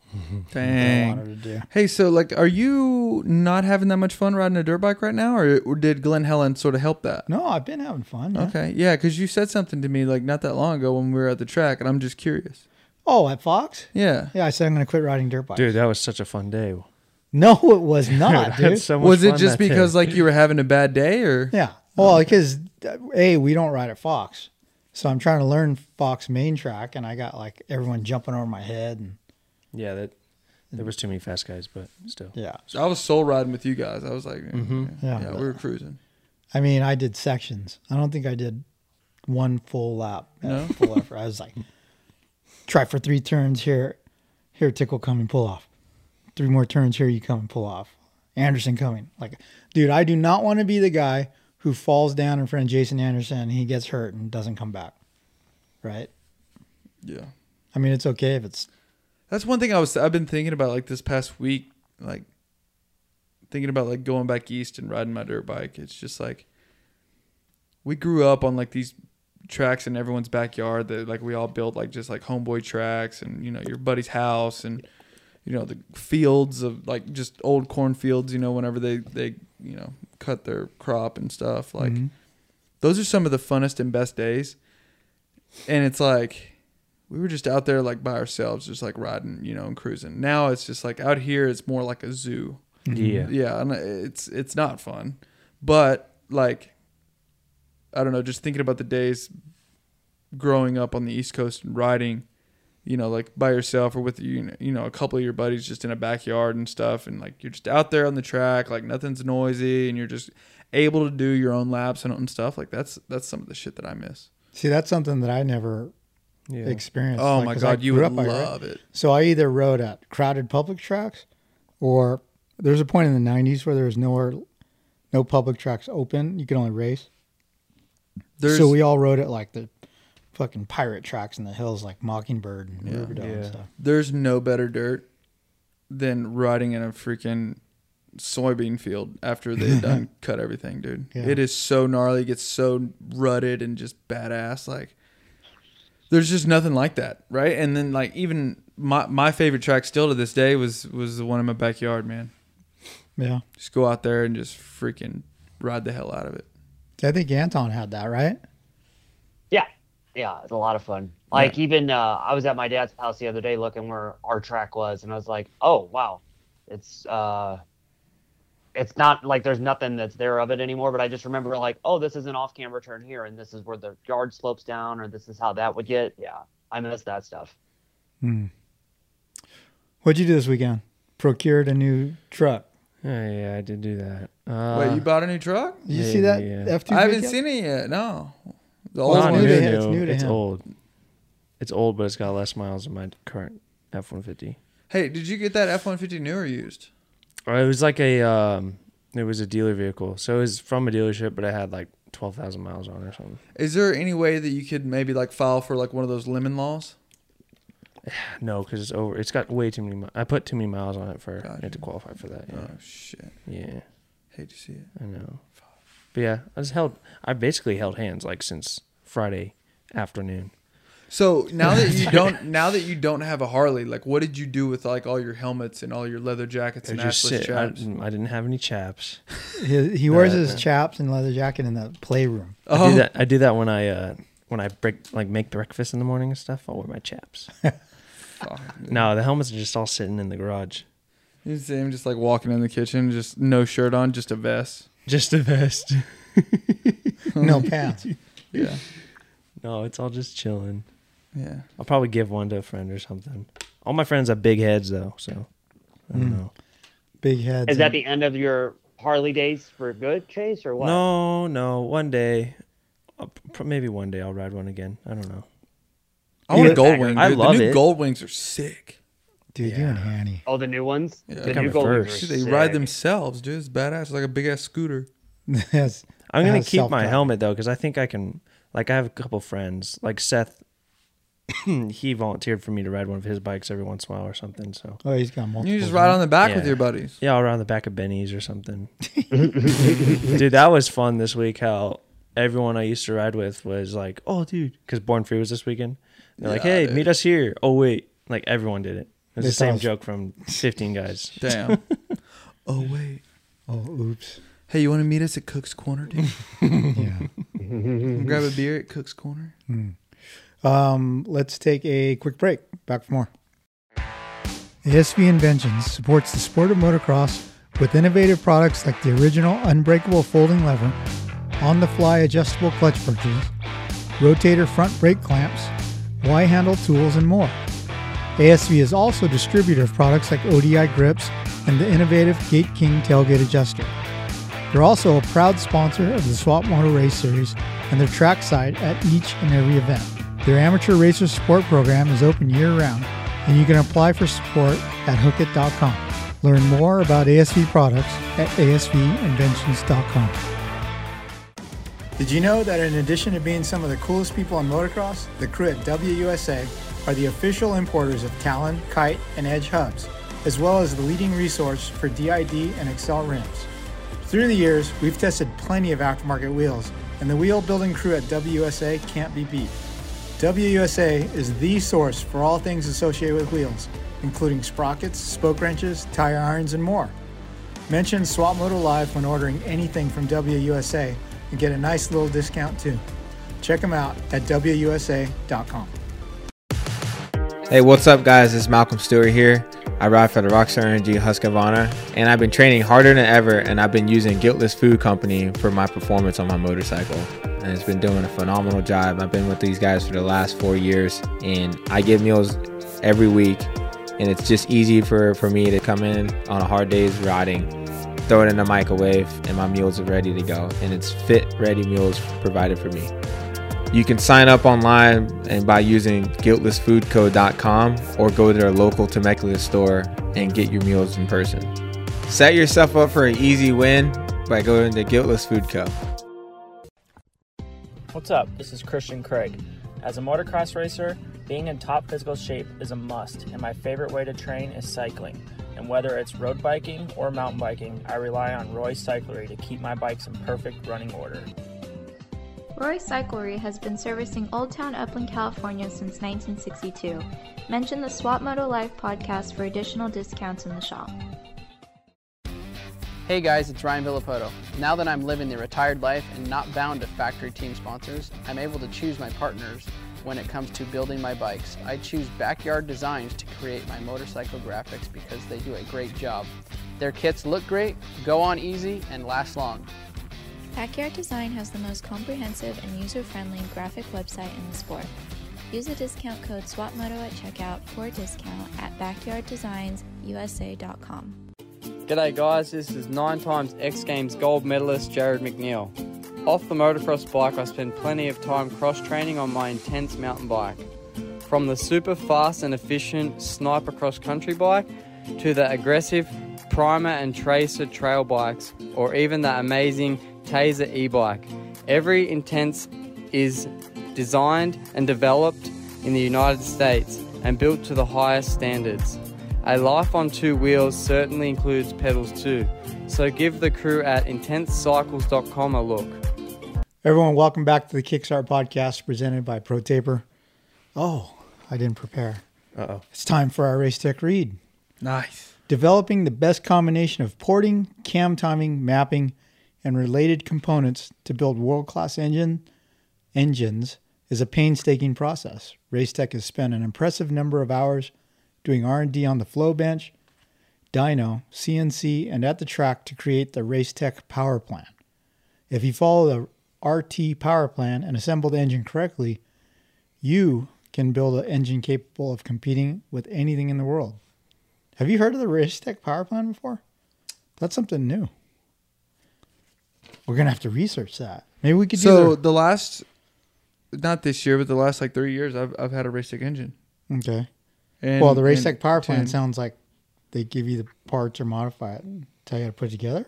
that I
Dang.
wanted to do.
Hey, so like, are you not having that much fun riding a dirt bike right now, or, or did Glenn Helen sort of help that?
No, I've been having fun. yeah.
Okay, yeah, because you said something to me like not that long ago when we were at the track, and I'm just curious.
Oh, at Fox?
Yeah,
Yeah, I said I'm going to quit riding dirt bikes.
Dude, that was such a fun day.
No, it was not,
I had
dude.
so much
was it
fun
just
that day.
because like you were having a bad day, or
Yeah. Well, because uh, a we don't ride at Fox, so I'm trying to learn Fox main track, and I got like everyone jumping over my head, and
Yeah, that there was too many fast guys, but still.
yeah.
I was soul riding with you guys. I was like, yeah,
Yeah.
yeah, we were cruising.
I mean, I did sections. I don't think I did one full lap.
No?
Full effort. I was like, try for three turns here, here tickle coming pull off. Three more turns here you come and pull off. Anderson coming. Like, dude, I do not want to be the guy who falls down in front of Jason Anderson and he gets hurt and doesn't come back. Right?
Yeah,
I mean, it's okay if it's
that's one thing I was I've been thinking about like this past week, like thinking about like going back east and riding my dirt bike. It's just like we grew up on like these tracks in everyone's backyard that like we all built like just like homeboy tracks and you know your buddy's house and you know the fields of like just old cornfields you know whenever they they you know cut their crop and stuff like those are some of the funnest and best days and it's like we were just out there like by ourselves just like riding you know and cruising now it's just like out here it's more like a zoo
Yeah.
yeah and it's it's not fun but like i don't know just thinking about the days growing up on the east coast and riding you know like by yourself or with you know, you know a couple of your buddies just in a backyard and stuff and like you're just out there on the track like nothing's noisy and you're just able to do your own laps and, and stuff like that's that's some of the shit that i miss
See, that's something that I never Mm-hmm.
Yeah.
experienced.
oh
Like,
my
'cause I
god you
grew
would
up by road.
love it
So I either rode at crowded public tracks, or there's a point in the '90s where there was nowhere, no public tracks open. You could only race.
there's
so we all rode at like the fucking pirate tracks in the hills, like Mockingbird and Riverdale and
Yeah.
stuff.
there's no better dirt than riding in a freaking soybean field after they've done cut everything, dude.
Yeah.
It is so gnarly, it gets so rutted and just badass. Like there's just nothing like that, right? And then like even my my favorite track still to this day was was the one in my backyard, man.
Yeah,
Just go out there and just freaking ride the hell out of it.
I think Anton had that right.
Yeah, yeah, it's a lot of fun. Like even uh, I was at my dad's house the other day looking where our track was, and I was like, oh wow, it's uh, it's not like there's nothing that's there of it anymore. But I just remember like, oh, this is an off-camera turn here, and this is where the yard slopes down, or this is how that would get. Yeah, I miss that stuff.
What'd you do this weekend? Procured a new truck.
Yeah, yeah, I did do that. Uh,
Wait, you bought a new truck?
Did you see that
Yeah.
F two?
I haven't seen it yet. No. The
Well,
old
Uh, not
it's
one.
new to
new,
him, it's new to
It's
him.
old. It's old, but it's got less miles than my current F one fifty.
Hey, did you get that F one fifty new or used?
Uh, It was like a um, it was a dealer vehicle, so it was from a dealership, but it had like twelve thousand miles on it or something.
Is there any way that you could maybe like file for like one of those lemon laws?
No, because it's over. It's got way too many. mi- I put too many miles on it for
Gotcha.
it to qualify for that. Yeah,
Oh shit!
yeah,
Hate to see it.
I know. But yeah, I just held. I basically held hands like since Friday afternoon.
So now that you don't, now that you don't have a Harley, like what did you do with like all your helmets and all your leather jackets
I
and
just
assless
sit. I,
chaps?
didn't- I didn't have any chaps.
He, he wears
Yeah.
his chaps and leather jacket in the playroom.
I
Oh,
do that. I do that when I uh, when I break like make breakfast in the morning and stuff. I'll wear my chaps.
fuck.
no, the helmets are just all sitting in the garage.
You see him just like walking in the kitchen, just no shirt on, just a vest.
Just a vest.
No pants.
Yeah.
No, it's all just chilling.
Yeah.
I'll probably give one to a friend or something. All my friends have big heads though, so I don't know.
Big heads.
Is that
and-
the end of your Harley days for good, Chase, or what?
No, no. One day, I'll pr- maybe one day I'll ride one again. I don't know.
I want
Yeah.
a gold wing. Dude.
I love
the new
it.
gold wings are sick.
dude? You and Hanny.
Oh, the new ones.
Yeah.
the
Come
new
at
Golden
first.
Rings
Dude,
are
they ride
sick.
themselves, dude. It's badass. It's like a big ass scooter.
Yes.
I'm
It
gonna
has
keep my
self-driving.
helmet though, because I think I can. Like I have a couple friends, like Seth. he volunteered for me to ride one of his bikes every once in a while or something. So
Oh, he's got multiple.
You just ride on the back with
Yeah.
your buddies.
yeah, I'll ride on the back of Benny's or something. dude, that was fun this week. How everyone I used to ride with was like, "Oh, dude," because Born Free was this weekend. They're like,
Yeah,
"Hey,
dude.
meet us here." Oh wait, like everyone did it. It was
They
the same
sounds-
joke from 15 guys.
Damn. oh wait.
Oh, oops.
Hey, you want to meet us at Cook's Corner, dude?
Yeah.
Grab a beer at Cook's Corner.
Um, let's take a quick break. Back for more. ASV Inventions supports the sport of motocross with innovative products like the original unbreakable folding lever, on the fly adjustable clutch perches, rotator front brake clamps, Y handle tools, and more. ASV is also a distributor of products like ODI grips and the innovative Gate King tailgate adjuster. They're also a proud sponsor of the Swap Moto Race Series and their trackside at each and every event. Their amateur racer support program is open year round, and you can apply for support at hookit.com. Learn more about ASV products at asvinventions.com. Did you know that in addition to being some of the coolest people on motocross, the crew at WUSA are the official importers of Talon, Kite, and Edge hubs, as well as the leading resource for DID and Excel rims? Through the years, we've tested plenty of aftermarket wheels, and the wheel building crew at WUSA can't be beat. WUSA is the source for all things associated with wheels, including sprockets, spoke wrenches, tire irons, and more. Mention Swap Moto Live when ordering anything from WUSA and get a nice little discount too. Check them out at WUSA.com.
Hey, what's up, guys? It's Malcolm Stewart here. I ride for the Rockstar Energy Husqvarna, and I've been training harder than ever. And I've been using Guiltless Food Company for my performance on my motorcycle, and it's been doing a phenomenal job. I've been with these guys for the last four years, and I give meals every week, and it's just easy for for me to come in on a hard day's riding, throw it in the microwave, and my meals are ready to go. And it's fit, ready meals provided for me. You can sign up online and by using guiltlessfoodco.com or go to their local Temecula store and get your meals in person. Set yourself up for an easy win by going to Guiltless Food Co.
What's up? This is Christian Craig. As a motocross racer, being in top physical shape is a must, and my favorite way to train is cycling. And whether it's road biking or mountain biking, I rely on Roy Cyclery to keep my bikes in perfect running order.
Roy Cyclery has been servicing Old Town Upland, California since 1962. Mention the Swap Moto Life podcast for additional discounts in the shop.
Hey guys, it's Ryan Villapoto. Now that I'm living the retired life and not bound to factory team sponsors, I'm able to choose my partners when it comes to building my bikes. I choose Backyard Designs to create my motorcycle graphics because they do a great job. Their kits look great, go on easy, and last long.
Backyard Design has the most comprehensive and user friendly graphic website in the sport. Use the discount code SWAPMOTO at checkout for a discount at backyarddesignsusa.com.
G'day, guys. This is nine times X Games gold medalist Jared McNeil. Off the motocross bike, I spend plenty of time cross training on my intense mountain bike. From the super fast and efficient sniper cross country bike to the aggressive primer and tracer trail bikes, or even the amazing Taser e bike. Every intense is designed and developed in the United States and built to the highest standards. A life on two wheels certainly includes pedals too, so give the crew at intensecycles.com a look.
Everyone, welcome back to the Kickstart podcast presented by ProTaper. Oh, I didn't prepare.
Uh oh.
It's time for our race tech read.
Nice.
Developing the best combination of porting, cam timing, mapping, and related components to build world-class engine engines is a painstaking process. Racetech has spent an impressive number of hours doing R&D on the flow bench, dyno, CNC, and at the track to create the Racetech power plan. If you follow the RT power plan and assemble the engine correctly, you can build an engine capable of competing with anything in the world. Have you heard of the Racetech power plan before? That's something new. We're gonna have to research that. Maybe we could
so
do
the last, not this year, but the last like three years, I've I've had a race tech engine.
the okay.
And,
well, the Race
and
Tech power plan
tuned.
sounds like they give you the parts or modify it and tell you how to put it together.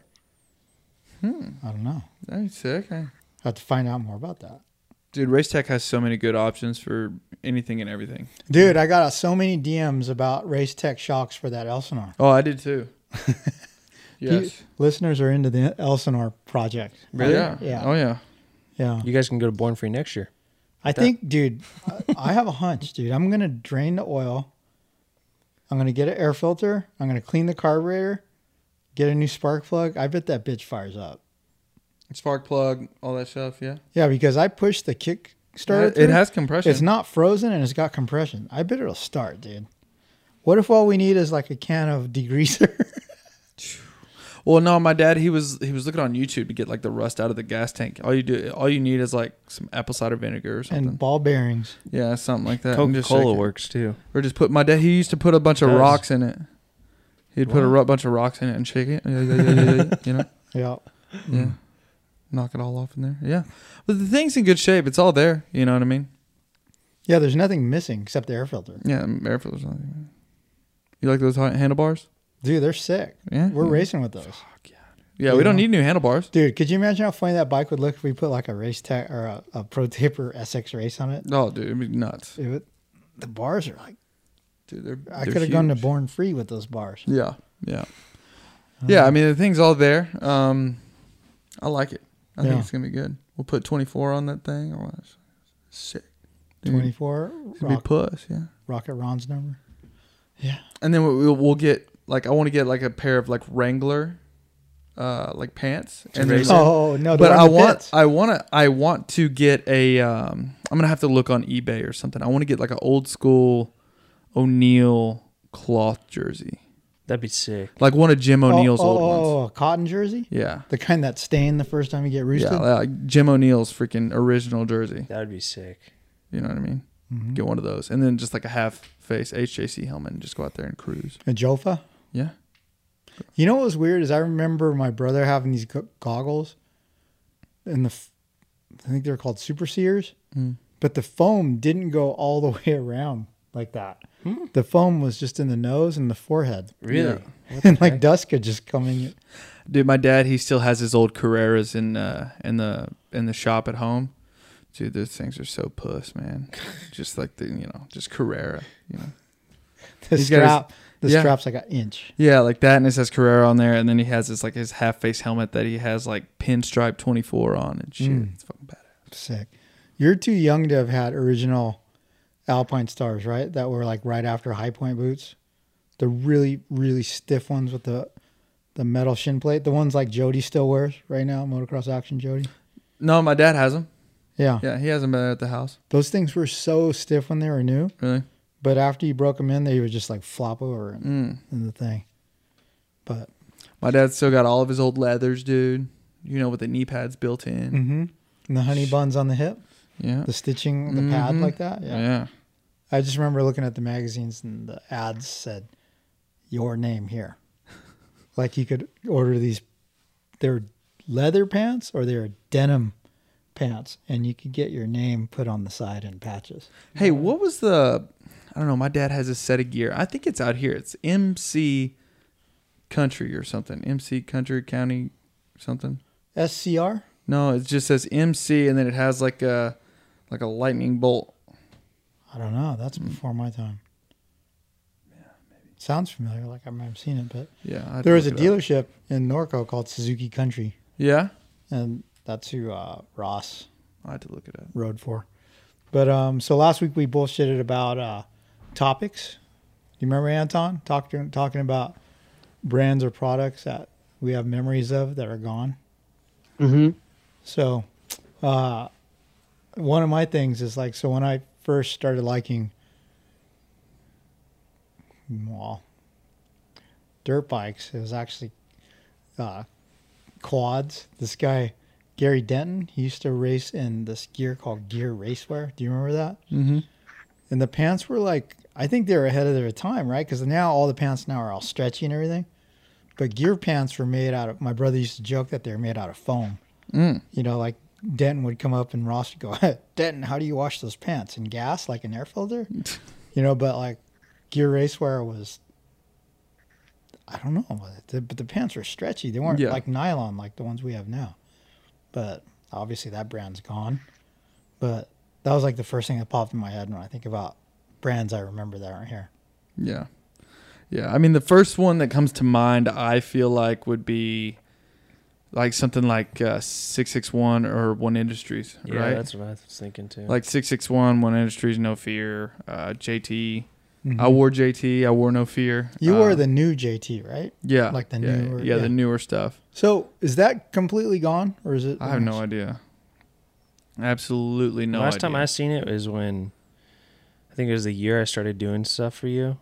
Hmm. I don't know.
That's sick. I-
I have to find out more about that.
Dude, Race Tech has so many good options for anything and everything.
Dude, I got so many DMs about Race Tech shocks for that Elsinore.
Oh, I did too. yes.
Pe- listeners are into the Elsinore project.
Really?
Yeah.
Yeah.
Oh yeah.
Yeah.
You guys can go to Born Free next year.
I think, dude, I- I have a hunch, dude. I'm gonna drain the oil. I'm gonna get an air filter. I'm gonna clean the carburetor. Get a new spark plug. I bet that bitch fires up.
Spark plug, all that stuff. Yeah.
Yeah, because I pushed the kick starter.
it
through.
has compression.
It's not frozen and it's got compression. I bet it'll start, dude. What if all we need is like a can of degreaser?
Well, no, my dad he was he was looking on YouTube to get like the rust out of the gas tank. All you do, all you need is like some apple cider vinegar or something.
and ball bearings.
yeah, something like that. I'm
Coca
just
Cola
shaking.
works too.
Or just put my dad. He used to put a bunch of
Does.
rocks in it. He'd put a ro- bunch of rocks in it and shake it. Yeah, yeah, yeah, yeah, yeah, you know,
Yeah.
yeah, knock it all off in there. Yeah, but the thing's in good shape. It's all there. You know what I mean?
Yeah, there's nothing missing except the air filter.
Yeah, um, air filter's not even- You like those hi- handlebars?
Dude, they're sick.
Yeah.
We're racing with those.
Yeah, we don't need new handlebars.
Dude, could you imagine how funny that bike would look if we put like a race tech or a, a pro taper SX race on it?
Oh, dude, it'd be nuts.
It would, the bars are like
Dude, they're,
I
they're
could have gone to
huge.
Born Free with those bars.
Yeah, yeah,
Uh-huh.
yeah. I mean, the thing's all there. Um, I like it. I
Yeah.
think it's gonna be good. We'll put 24 on that thing. Or what? Sick. Dude,
Twenty four
It's gonna be
rock,
puss. Yeah.
Rocket Ron's number.
And then we'll, we'll get like I want to get like a pair of like Wrangler, uh, like pants. And then-
Oh no,
but I want
I,
I want to I want to get a um I'm gonna have to look on eBay or something. I want to get like an old school O'Neill cloth jersey,
That'd be sick.
like one of Jim O'Neill's
oh,
old
oh,
ones.
oh, a cotton jersey,
Yeah.
the kind that stain the first time you get roosted.
Yeah, like Jim O'Neill's freaking original jersey.
That'd be sick.
You know what I mean? Get one of those, and then just like a half face HJC helmet, and just go out there and cruise.
A Jofa.
Yeah,
You know what was weird is I remember my brother having these go- goggles, and the f- I think they're called Super Seers,
Mm.
but the foam didn't go all the way around like that. The foam was just in the nose and the forehead,
Really?
and like dust could just come in.
dude, my dad he still has his old Carreras in uh in the in the shop at home. Dude, those things are so puss, man. just like the you know, just Carrera, you know.
The
He's got his-
strap, the
yeah.
strap's like an inch.
Yeah, like that, and it says Carrera on there, and then he has this like his half face helmet that he has like pinstripe twenty four on and shit. It's fucking badass.
Sick. You're too young to have had original Alpine Stars, right? That were like right after High Point boots, the really really stiff ones with the the metal shin plate, the ones like Jody still wears right now, motocross action Jody.
No, my dad has them.
Yeah.
Yeah, he has them at the house.
those things were so stiff when they were new,
Really?
but after you broke them in, they would just like flop over in,
Mm.
in the thing. But
My dad's still got all of his old leathers, dude. You know, with the knee pads built in.
mm-hmm. and the honey buns on the hip,
Yeah.
the stitching, the pad
Mhm.
like that. Yeah.
yeah.
I just remember looking at the magazines and the ads said, "Your name here." like you could order these, they're leather pants or they're denim pants, and you could get your name put on the side in patches.
Hey, what was the? I don't know. My dad has a set of gear. I think it's out here. It's MC Country or something. MC Country County something.
SCR.
No, it just says MC, and then it has like a like a lightning bolt.
I don't know. That's
Hmm.
before my time. Yeah, maybe. Sounds familiar. Like I remember seeing it, but
Yeah. I had to
there was a
look it up.
dealership in Norco called Suzuki Country,
Yeah.
and that's who uh, Ross
I had to look it up.
rode for. But um, so last week we bullshitted about uh, topics. You remember Anton talking talking about brands or products that we have memories of that are gone.
Mhm.
So, uh, one of my things is like so when I first started liking, well, dirt bikes. It was actually uh, quads. This guy, Gary Denton, he used to race in this gear called Gear Racewear. Do you remember that?
Mm-hmm.
And the pants were like, I think they were ahead of their time, right? Because now all the pants now are all stretchy and everything. But gear pants were made out of, my brother used to joke that they were made out of foam.
Mm.
You know, like Denton would come up and Ross would go, Denton, how do you wash those pants? In gas, like an air filter? you know, but like gear racewear was, I don't know, the- but the pants were stretchy. They weren't
Yeah.
like nylon like the ones we have now. But obviously that brand's gone. But that was like the first thing that popped in my head when I think about brands I remember that aren't here.
Yeah. Yeah. I mean, the first one that comes to mind, I feel like would be like something like uh, 661 or One Industries,
Yeah,
right?
that's what I was thinking too.
like 661, One Industries, No Fear, uh, JT. I wore JT. I Mm-hmm. wore No Fear.
Mm-hmm. You
Uh,
were the new JT, right?
yeah,
like the
yeah,
newer-
yeah,
yeah.
the newer stuff.
So is that completely gone or is it?
I have no idea. Absolutely no.
last time
idea.
I seen it was when I think it was the year I started doing stuff for you.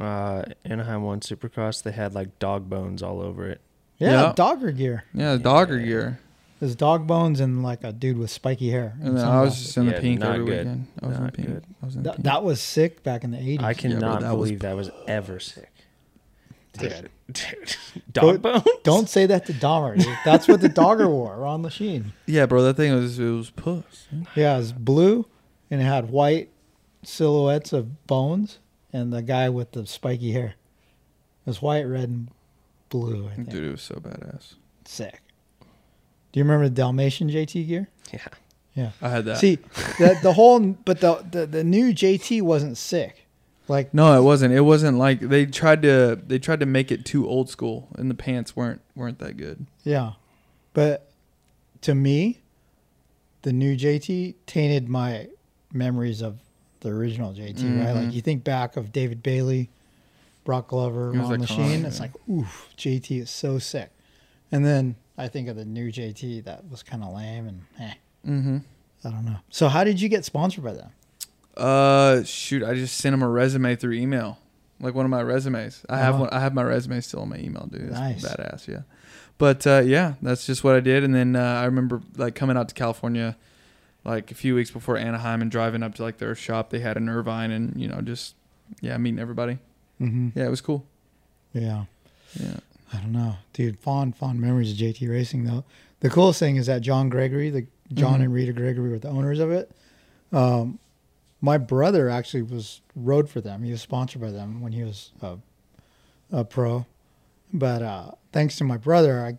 Uh, Anaheim One Supercross, they had like dog bones all over it.
Yeah,
Yeah.
dogger gear.
yeah, the dogger gear,
There's dog bones and like a dude with spiky hair. and
and then I was
sunglasses.
just in the
Yeah,
pink
not
every
good.
weekend. I was in the
Not
pink.
good.
I was in the
that,
pink.
that was sick back in the 80s.
I cannot
Mm. that was-
believe that was ever sick. Dude, dude.
Don't-
dog bones.
Don't say that to Dahmer. dude. That's what the dogger wore, Ron Lachine.
yeah, bro, that thing was it was puss.
Yeah, it was blue and it had white silhouettes of bones and the guy with the spiky hair. It was white, red, and blue, I think.
Dude, it was so badass.
Sick. Do you remember the Dalmatian JT gear?
Yeah.
Yeah.
I had that.
See, the, the whole, but the, the, the new JT wasn't sick. Like,
No, it wasn't. It wasn't like they tried to they tried to make it too old school, and the pants weren't weren't that good.
Yeah. But to me, the new JT tainted my memories of the original JT, right?
Mm-hmm.
Like you think back of David Bailey, Brock Glover,
He was
Ron
iconic,
Machine, it's
yeah.
like, oof, JT is so sick. And then I think of the new JT that was kind of lame and eh,
Mm-hmm.
I don't know. So how did you get sponsored by them?
Uh, shoot, I just sent him a resume through email, like one of my resumes. I have
Uh-huh.
one. I have my resume still in my email, dude. It's
Nice.
badass, yeah. But uh, yeah, that's just what I did. And then uh, I remember like coming out to California, like a few weeks before Anaheim, and driving up to like their shop they had in Irvine, and you know just yeah meeting everybody.
Mm-hmm.
Yeah, it was cool.
Yeah.
Yeah.
I don't know, dude. Fond, fond memories of JT Racing, though. The coolest thing is that John Gregory, the John and Rita Gregory, were the owners of it. Um, my brother actually was rode for them. He was sponsored by them when he was a, a pro. But uh, thanks to my brother, I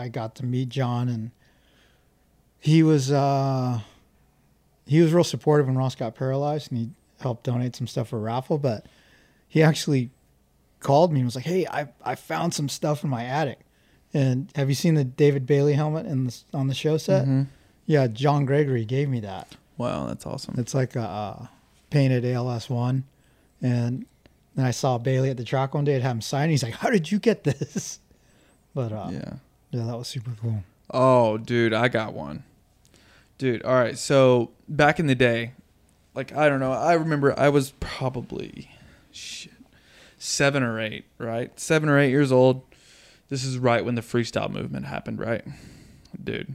I got to meet John, and he was uh, he was real supportive when Ross got paralyzed, and he helped donate some stuff for a raffle. But he actually called me and was like, "Hey, I I found some stuff in my attic." And have you seen the David Bailey helmet in the, on the show set?
Mm-hmm.
Yeah, John Gregory gave me that.
Wow, that's awesome.
It's like a uh, painted ALS one, and then I saw Bailey at the track one day and had him sign. it. He's like, "How did you get this?" But uh, yeah.
yeah.
that was super cool.
Oh, dude, I got one. Dude, all right. So back in the day, like I don't know, I remember I was probably shit seven or eight, right? Seven or eight years old. This is right when the freestyle movement happened, right? Dude,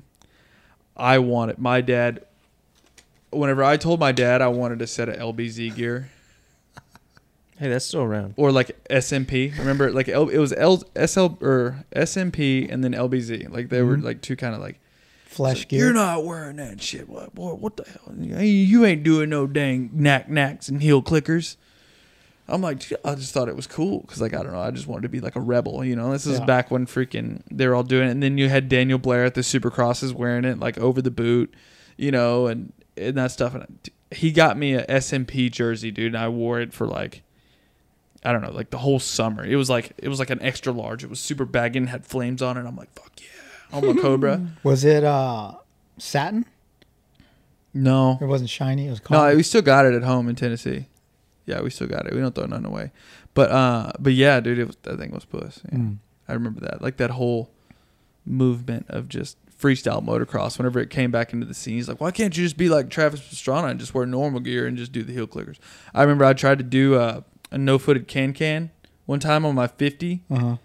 I wanted my dad. Whenever I told my dad I wanted a set of LBZ gear
Hey, that's still around.
or like SMP, remember like L, it was L, SL or SMP and then LBZ, like they were like two kind of like
Flesh
like,
gear.
You're not wearing that shit. What, boy, what the hell? You ain't- You ain't doing no dang knack knacks and heel clickers. I'm like, "Gee," I just thought it was cool because, like, I don't know, I just wanted to be like a rebel, you know. This is
Yeah.
back when freaking they were all doing it, and then you had Daniel Blair at the Supercrosses wearing it like over the boot, you know, and and that stuff. And he got me a SMP jersey, dude, and I wore it for like I don't know, like the whole summer. It was like it was like an extra large. It was super baggy and had flames on it. I'm like, fuck yeah, I'm a cobra.
was it uh, satin?
No,
It wasn't shiny. It was
No,
cotton.
we still got it at home in Tennessee. Yeah, we still got it. We don't throw none away. But uh, but yeah, dude, it was, that thing was puss. Yeah.
Mm.
I remember that. Like that whole movement of just freestyle motocross. Whenever it came back into the scene, he's like, "Why can't you just be like Travis Pastrana and just wear normal gear and just do the heel clickers?" I remember I tried to do uh, a no-footed can can one time on my 50
Uh-huh.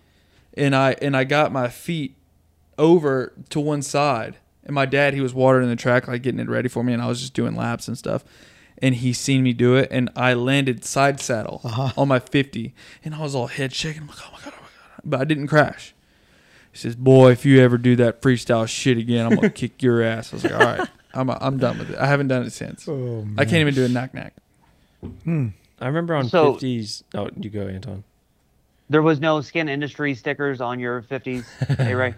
and I and I got my feet over to one side. And my dad, he was watering the track, like getting it ready for me, and I was just doing laps and stuff. And he seen me do it, and I landed side saddle
Uh-huh.
on my 50, and I was all head shaking. I'm like, oh my god, oh my god! But I didn't crash. He says, "Boy, if you ever do that freestyle shit again, I'm gonna kick your ass." I was like, "All right, I'm I'm done with it. I haven't done it since.
Oh, man.
I can't even do a knock knock."
I remember on
So-
50s. Oh, you go, Anton.
There was no skin industry stickers on your 50s, hey Ray.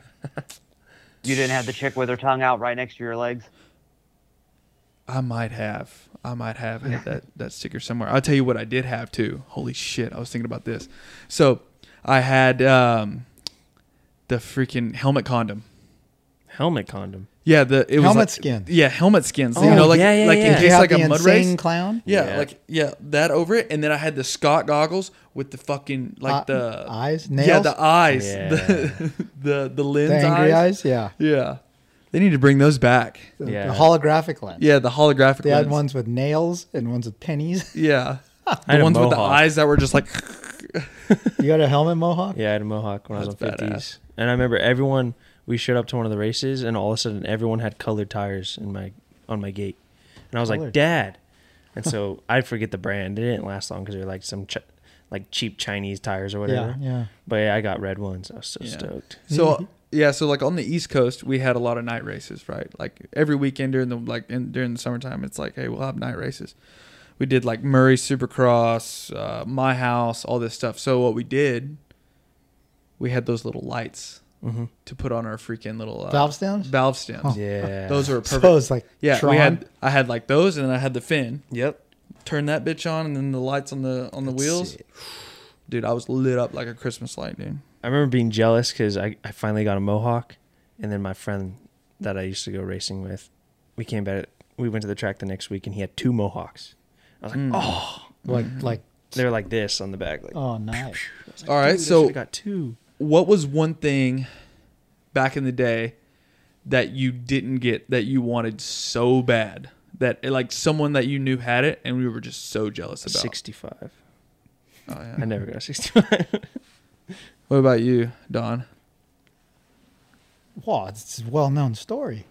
You didn't have the chick with her tongue out right next to your legs.
I might have. I might have had that, that sticker somewhere. I'll tell you what I did have too. Holy shit. I was thinking about this. So I had um, the freaking helmet condom.
Helmet condom.
Yeah, the it was
Helmet
like-
skin.
Yeah, helmet skins.
Oh,
you know, like
yeah, yeah,
like
yeah.
in
You
case
have
like
the
a mud
insane
race.
clown.
Yeah,
Yeah.
like yeah, that over it, and then I had the Scott goggles with the fucking like
Uh,
the
eyes,
Yeah,
nails?
the eyes,
Yeah.
the the the lens
The angry
eyes.
eyes. Yeah.
Yeah, they need to bring those back.
The, the
Yeah.
holographic lens.
Yeah, the holographic.
They had
lens.
ones with nails and ones with pennies.
Yeah,
had
the
a
ones with the
mohawk.
eyes that were just like.
You got a helmet mohawk?
Yeah, I had a mohawk when
That's
I was on 50s.
badass.
And I remember everyone, we showed up to one of the races, and all of a sudden everyone had colored tires in my on my gate. And I was like,
Colored.
Dad. And so I forget the brand. It didn't last long because they were like some ch- like cheap Chinese tires or
Yeah.
whatever.
Yeah.
But yeah, I got red ones. I was so
Yeah.
stoked.
So yeah, so like on the East Coast, we had a lot of night races, right? Like every weekend during the like in, during the summertime, it's like, hey, we'll have night races. We did like Murray Supercross, uh, my house, all this stuff. So what we did, we had those little lights to put on our freaking little uh,
Mm-hmm. Valve stems?
Valve stems.
Yeah.
Oh, Those were perfect.
So it's like
yeah,
Tron.
we had I had like those, and then I had the fin.
Yep.
Turn that bitch on, and then the lights on the on the wheels. Dude, I was lit up like a Christmas light, dude.
I remember being jealous because I, I finally got a mohawk, and then my friend that I used to go racing with, we came back. We went to the track the next week, and he had two mohawks. I was like, oh,
like like
they were like this on the back. Like,
oh nice.
All right, so
I got two.
what was one thing back in the day that you didn't get that you wanted so bad that like someone that you knew had it and we were just so jealous about?
Sixty-five.
Oh, yeah.
I never got a sixty-five.
What about you, Don?
Wow, it's a well known story.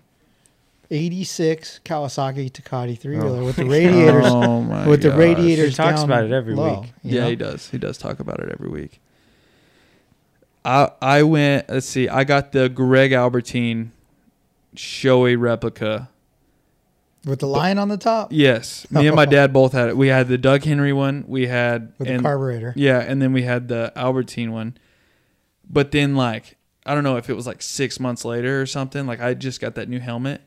86 Kawasaki Takati three wheeler with the radiators
Oh my
with the
gosh.
radiators.
He talks
down
about it every
low,
week.
you
Yeah,
know?
he does. He does talk about it every week. I I went. Let's see. I got the Greg Albertine showy replica.
with the lion on the top
Yes, me and my dad both had it. We had the Doug Henry one. We had
with the
and-
carburetor.
Yeah, and then we had the Albertine one. But then like I don't know if it was like six months later or something, like I just got that new helmet.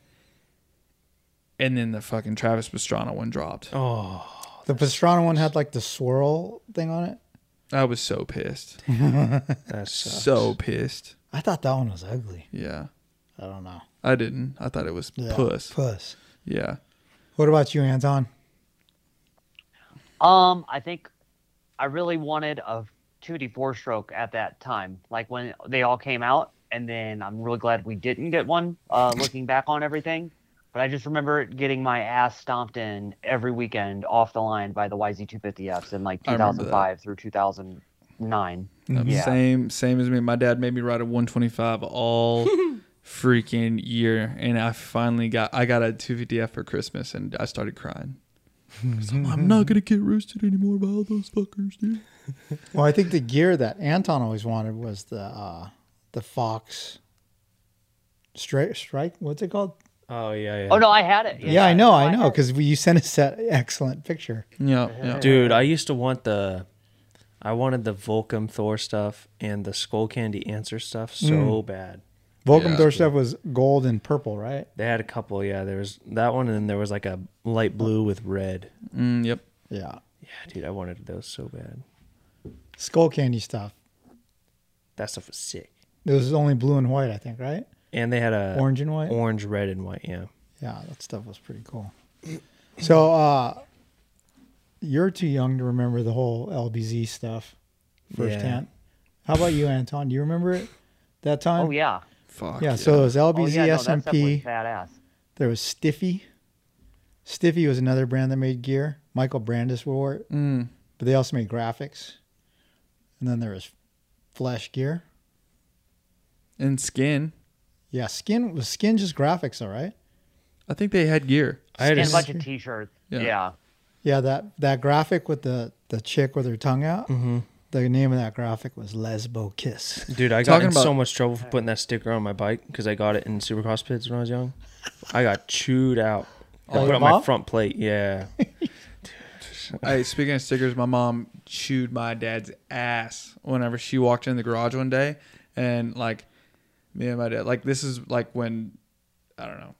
And then the fucking Travis Pastrana one dropped.
The Pastrana one had like the swirl thing on it.
I was so pissed.
That's so.
So pissed.
I thought that one was ugly.
Yeah.
I don't know.
I didn't. I thought it was
Yeah,
puss.
Puss.
Yeah.
What about you, Anton?
Um, I think I really wanted a 2D four stroke at that time, like when they all came out, and then I'm really glad we didn't get one. Uh, looking back on everything, but I just remember getting my ass stomped in every weekend off the line by the YZ250Fs in like
I remember that.
2005 through 2009. Yeah.
Same same as me. My dad made me ride a 125 all freaking year and I finally got I got a 250F for Christmas and I started crying. 'Cause I'm I'm not gonna get roasted anymore by all those fuckers, dude.
Well, I think the gear that Anton always wanted was the uh, the Fox Strike. Strike. What's it called?
Oh yeah, yeah.
Oh no, I had it.
Yeah, I know, I
had
know,
it.
because you sent us that excellent picture.
Yeah, yeah.
Dude, I used to want the, I wanted the Volcom Thor stuff and the Skull Candy Answer stuff
Mm.
so bad.
Volcom
Yeah.
door stuff was gold and purple, right?
They had a couple. Yeah, there was that one, and then there was like a light blue with red.
Mm, yep.
Yeah,
Yeah, dude, I wanted those so bad.
skull candy stuff.
That stuff was sick.
It was only blue and white, I think, right?
And they had a
Orange and white?
orange, red, and white. Yeah.
Yeah, that stuff was pretty cool. So uh, you're too young to remember the whole LBZ stuff firsthand. How about you, Anton? Do you remember it that time?
Oh yeah.
Fuck.
Yeah, so it was LBZ
Oh yeah. No, that stuff was
SMP.
badass.
There was Stiffy. Stiffy was another brand that made gear. Michael Brandis wore it,
Mm.
but they also made graphics. And then there was flesh gear.
and skin.
Yeah, skin was skin just graphics, all right.
I think they had gear.
I had a
and a
s-
bunch of t-shirts.
Yeah.
Yeah.
Yeah, that that graphic with the the chick with her tongue out. Mm-hmm. The name of that graphic was Lesbo Kiss.
dude. I got
Talking
in so
about-
much trouble for putting that sticker on my bike because I got it in supercross pits when I was young. I got chewed out.
Oh,
I put it on
your
my
mom?
front plate. Yeah,
Hey, speaking of stickers, my mom chewed my dad's ass whenever she walked in the garage one day, and like me and my dad, like this is like when I don't know,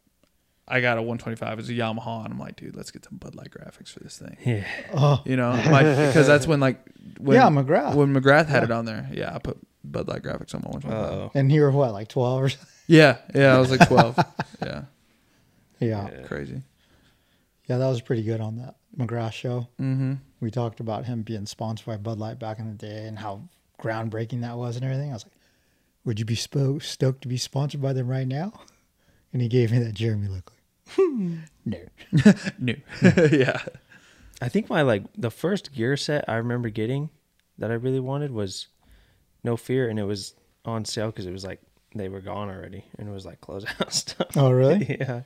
I got a 125 as a Yamaha, and I'm like, dude, let's get some Bud Light graphics for this thing,
yeah.
you know, my, because that's when like when,
Oh. Yeah, McGrath.
when McGrath had it on there, yeah, I put Bud Light graphics on my 125.
Oh,
And you were what, like twelve or something?
Yeah, yeah, I was like 12. yeah,
Yeah.
crazy.
Yeah, that was pretty good on that McGrath show.
Mm-hmm.
We talked about him being sponsored by Bud Light back in the day and how groundbreaking that was and everything. I was like, would you be spo- stoked to be sponsored by them right now? And he gave me that Jeremy look. Like, no.
New. yeah.
I think my like the first gear set I remember getting that I really wanted was No Fear, and it was on sale because it was like they were gone already, and it was like closeout stuff.
Oh, really?
yeah.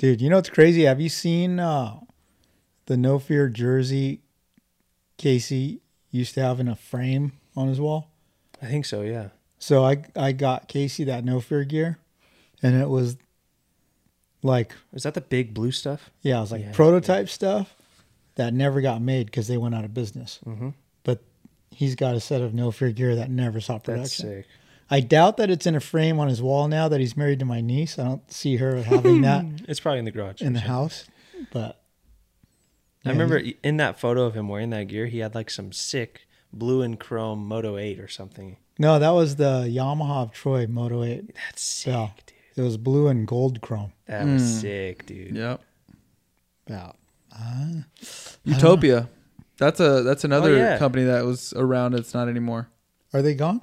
Dude, you know what's crazy? Have you seen uh, the No Fear jersey Casey used to have in a frame on his wall?
I think so. Yeah.
So I I got Casey that No Fear gear, and it was like
Was that the big blue stuff?
yeah, it was like
Yeah,
prototype stuff that never got made because they went out of business. Mm-hmm. But he's got a set of No Fear gear that never saw production.
That's sick.
I doubt that it's in a frame on his wall now that he's married to my niece. I don't see her having that
It's probably in the garage.
in the house, but.
I remember in that photo of him wearing that gear, he had like some sick blue and chrome Moto 8 or something.
No, that was the Yamaha of Troy Moto 8
That's sick,
bell.
dude.
It was blue and gold chrome.
That was sick, dude.
Yep.
Yeah.
Utopia. That's a that's another
yeah.
company that was around. It's not anymore.
Are they gone?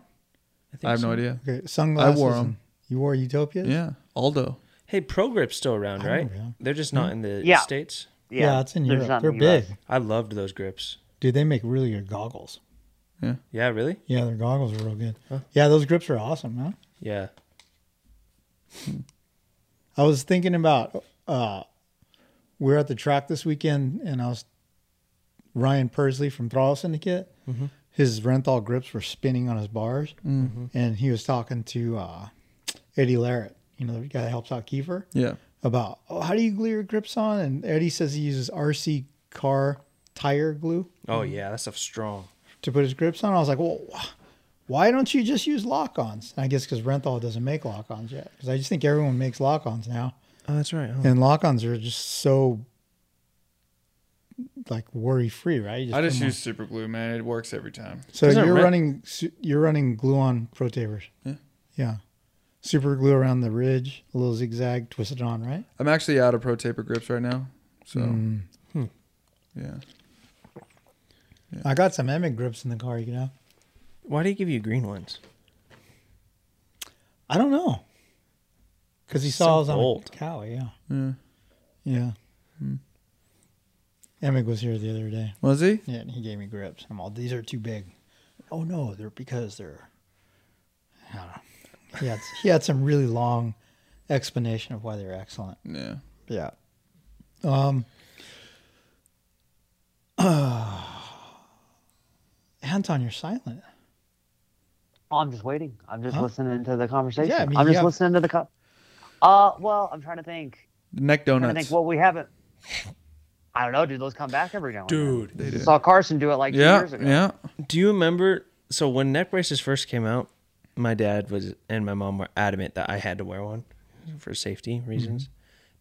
think
I, have
so.
no idea.
Okay, sunglasses.
I wore 'em.
and- You wore Utopias?
Yeah, Aldo.
Hey, Pro Grip's still around, right?
remember, yeah.
They're just not in the
Yeah.
States.
Yeah.
Yeah, it's in
There's
Europe.
not
They're
in the US.
big.
I loved those grips.
Dude, they make really good goggles.
Yeah, really?
Yeah, their goggles are real good. Yeah, those grips are awesome, huh?
Yeah.
I was thinking about uh we were at the track this weekend and I was Ryan Persley from Throttle Syndicate. His Renthal grips were spinning on his bars, and he was talking to uh, Eddie Larrett, you know, the guy that helps out Kiefer.
Yeah.
about oh, how do you glue your grips on? And Eddie says he uses RC car tire glue
Oh, yeah. That stuff's strong.
to put his grips on. I was like, well, wh- why don't you just use lock-ons? And I guess because Renthal doesn't make lock-ons yet. Because I just think everyone makes lock-ons now,
Oh, that's right.
and lock-ons are just so like worry-free, right? You
I just
put 'em
use super glue, man. It works every time.
on. so
Doesn't
you're
Ren-
running su- you're running glue on pro tapers. Yeah. Yeah. Super glue around the ridge, a little zigzag, twist it on, right?
I'm actually out of pro taper grips right now. So
Hmm.
yeah.
I got some Emmett grips in the car, you know.
Why do you give you green ones?
I don't know. Because he
So
saw us on
bold.
a cow, yeah. Yeah.
Hmm.
Emmett was here the other day.
Was he?
Yeah, and he gave me grips. I'm all, these are too big. Oh, no, they're because they're, I don't know. He had, he had some really long explanation of why they're excellent.
Yeah.
Yeah. Um, Anton, you're silent.
Oh, I'm just waiting. I'm just
Huh?
listening to the conversation.
Yeah, I
I
mean,
am
you
just
have-
listening to the co- Uh, well, I'm trying to think.
The neck
I'm trying to
donuts.
think. Well, we haven't. I don't know. Do those come back every now and then?
They do.
Saw Carson do it like two
Yeah.
years ago.
Yeah.
Do you remember? So when neck braces first came out, my dad was and my mom were adamant that I had to wear one for safety reasons.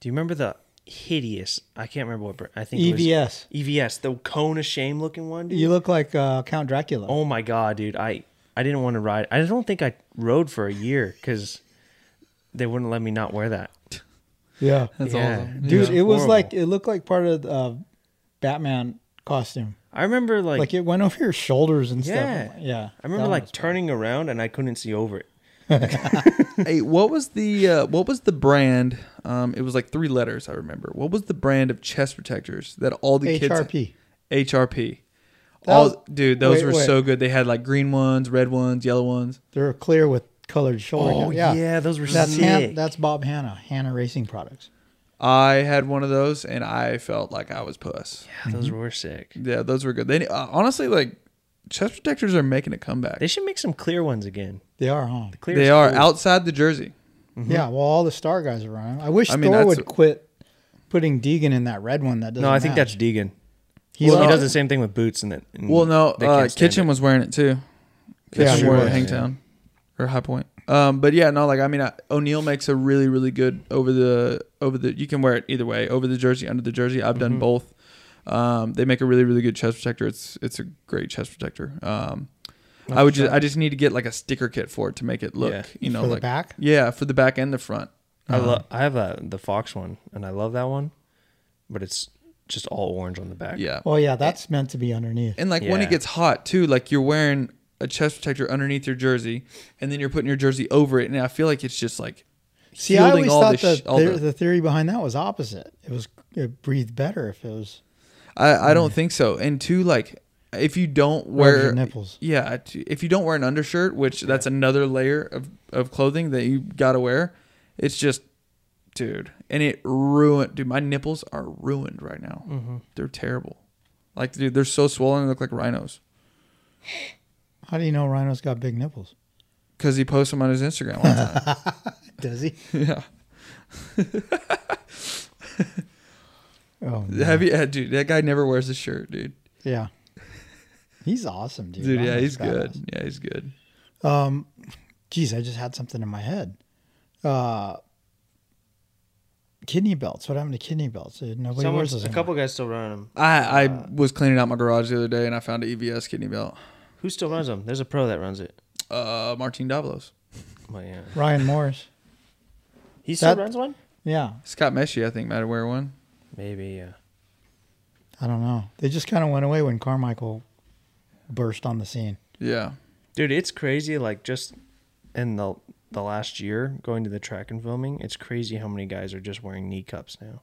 Do you remember the hideous? I can't remember what. br- I think it was-
EVS.
EVS, the cone of shame looking one. dude.
You look like uh, Count Dracula.
Oh my god, dude! I I didn't want to ride. I don't think I rode for a year because they wouldn't let me not wear that.
Yeah.
That's
Yeah.
awesome.
dude
Yeah.
it was
Horrible.
like it looked like part of the uh, batman costume
I remember like,
like, it went over your shoulders and
Yeah.
stuff yeah
I remember
that
like
was-
turning around and I couldn't see over it.
Hey, what was the uh, what was the brand? Um, it was like three letters. I remember. What was the brand of chest protectors that all the kids?
hrp
HRP.
That
All
was-
dude, those
wait,
were
wait.
so good. They had like green ones, red ones, yellow ones.
They're clear with colored shoulder.
Oh
guard.
yeah. those were
That's
sick.
Han- that's Bob Hanna, Hanna Racing Products.
I had one of those and I felt like I was puss.
yeah, Mm-hmm. those were sick.
Yeah, those were good. They uh, honestly like chest protectors are making a comeback.
They should make some clear ones again.
They are, huh?
Clear
they
is
are
cool.
outside the jersey.
Mm-hmm.
Yeah, well, all the star guys are on. 'em. I wish
I mean,
Thor
that's-
would quit putting Deegan in that red one. That doesn't
No, I think
match.
that's Deegan.
He
Well, he
loves
does
it.
the same thing with boots and then. and
Well, no,
Mm-hmm. they can't
uh,
stand
Kitchen
it.
was wearing it too.
Yeah,
Kitchen
he
wore it
was,
at Hangtown or High Point. Um, but yeah, no, like I mean, I, O'Neal makes a really, really good over the over the. You can wear it either way, over the jersey, under the jersey. I've
Mm-hmm.
done both. Um, they make a really, really good chest protector. It's it's a great chest protector. Um, I would just I just need to get like a sticker kit for it to make it look,
Yeah.
you know,
For the
like
back?
Yeah, for the back and the front.
I love. I have a the fox one, and I love that one, but it's just all orange on the back.
Yeah,
Oh yeah, that's meant to be underneath.
And like when
Yeah.
it gets hot too, like you're wearing a chest protector underneath your jersey, and then you're putting your jersey over it, and I feel like it's just like
See, I always
shielding all
thought
the
that
sh- all
the,
the-
the theory behind that was opposite. It was it breathed better if it was.
I, I don't think so. And two, like if you don't
Rubs
wear
Mm. your nipples.
yeah, t- if you don't wear an undershirt, which that's another layer of of clothing that you gotta wear, it's just dude, and it ruined. Dude, my nipples are ruined right now. They're terrible. Like dude, they're so swollen. They look like rhinos.
How do you know Rhino's got big nipples?
Cause he posted them on his Instagram one time.
Does he?
yeah.
Oh
Have you, uh, dude? That guy never wears a shirt, dude.
yeah. He's awesome, dude.
Dude, yeah,
Rhino's
he's
badass.
good. Yeah, he's good.
Um, geez, I just had something in my head. Uh, kidney belts. What happened to kidney belts? dude? Nobody wears those.
a
anymore.
couple guys still running them.
I I was cleaning out my garage the other day and I found an EVS kidney belt.
Who still runs them? There's a pro that runs it.
Uh, Martin Davlos,
But yeah,
Ryan Morris.
he still
That-
runs one.
Yeah,
Scott Meshy, I think might wear one.
Maybe yeah.
I don't know. They just kind of went away when Carmichael burst on the scene.
Yeah,
Dude, it's crazy. Like just in the the last year, going to the track and filming, it's crazy how many guys are just wearing knee cups now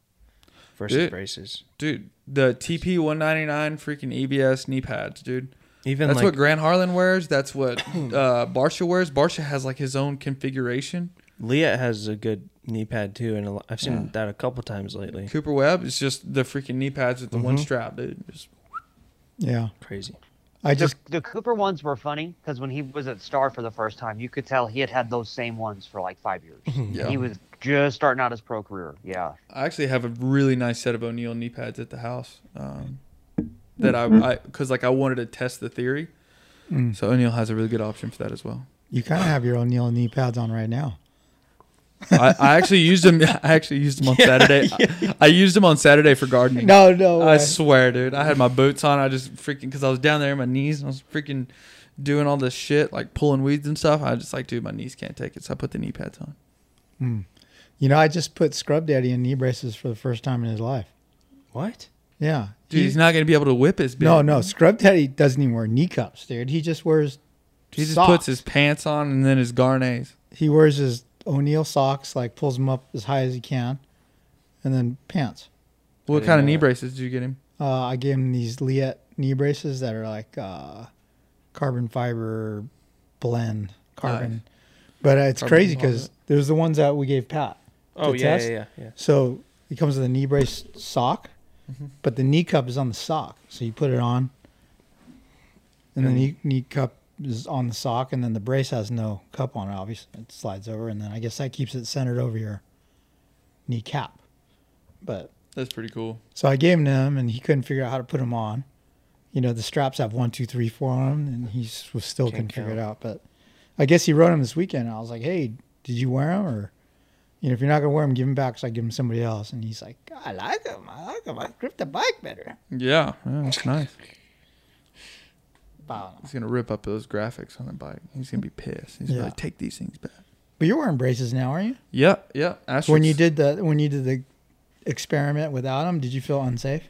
versus
Dude.
braces.
dude, the TP one ninety nine freaking EVS knee pads, dude.
Even
that's
like
what Grant Harlan wears. That's what uh, Barsha wears. Barsha has like his own configuration.
Leah has a good knee pad too, and a lo- I've seen that a couple times lately.
Cooper Webb is just the freaking knee pads with the
Mm-hmm.
one strap, dude. Just,
Yeah,
Crazy.
I
The,
just
the Cooper ones were funny because when he was at Star for the first time, you could tell he had had those same ones for like five years.
Yeah.
He was just starting out his pro career. Yeah.
I actually have a really nice set of O'Neill knee pads at the house. Um,
Mm-hmm.
that I, because like I wanted to test the theory,
Mm.
so O'Neill has a really good option for that as well.
you kind of have your O'Neill knee pads on right now.
I, I actually used them. I actually used them on Saturday. I, I used them on Saturday for gardening.
No, no,
I
way.
swear, dude. I had my boots on. I just freaking because I was down there on my knees and I was freaking doing all this shit like pulling weeds and stuff. I was just like, dude, my knees can't take it, so I put the knee pads on.
you know, I just put Scrub Daddy in knee braces for the first time in his life.
What?
Yeah,
Dude, he's not gonna be able to whip his. Bit.
no, no, Scrub Daddy doesn't even wear knee cups, dude. He just wears.
He just
socks.
puts his pants on and then his garnets.
He wears his O'Neill socks, like pulls them up as high as he can, and then pants.
What kind of knee braces did you get him?
Uh, I gave him these Liet knee braces that are like uh, carbon fiber blend carbon, but uh, it's
Carbon
crazy
fiber.
because there's the ones that we gave Pat.
Oh
to
yeah,
test.
yeah, yeah, yeah.
So it comes with a knee brace sock, but the knee cup is on the sock. So you put it on, and the knee, knee cup is on the sock, and then the brace has no cup on it. Obviously, it slides over, and then I guess that keeps it centered over your knee cap. But
That's pretty cool.
so I gave him them, and he couldn't figure out how to put them on. You know, the straps have one, two, three, four on them, and he s- was still couldn't
Can't
figure it out. But I guess he rode them this weekend. And I was like, hey, did you wear them? Or, you know, if you're not going to wear them, give them back. So I give them somebody else. And he's like, I like them. I like them. I grip the bike better.
Yeah, yeah, that's nice.
But I don't know.
He's gonna rip up those graphics on the bike. He's gonna be pissed. He's
Yeah.
gonna be like, take these things back.
But you're wearing braces now, aren't you?
Yeah, yeah. Asterix.
So when you did the when you did the experiment without them, did you feel unsafe?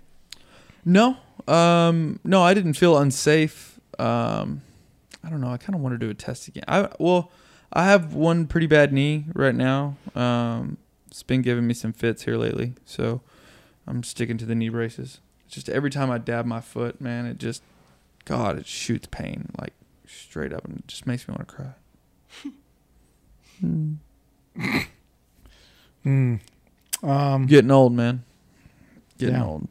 No, um, no, I didn't feel unsafe. Um, I don't know. I kind of want to do a test again. I well, I have one pretty bad knee right now. Um, it's been giving me some fits here lately, so I'm sticking to the knee braces. Just every time I dab my foot, man, it just God, it shoots pain like straight up, and it just makes me want to cry.
Mm. Um,
Getting old, man. Getting
Yeah.
old.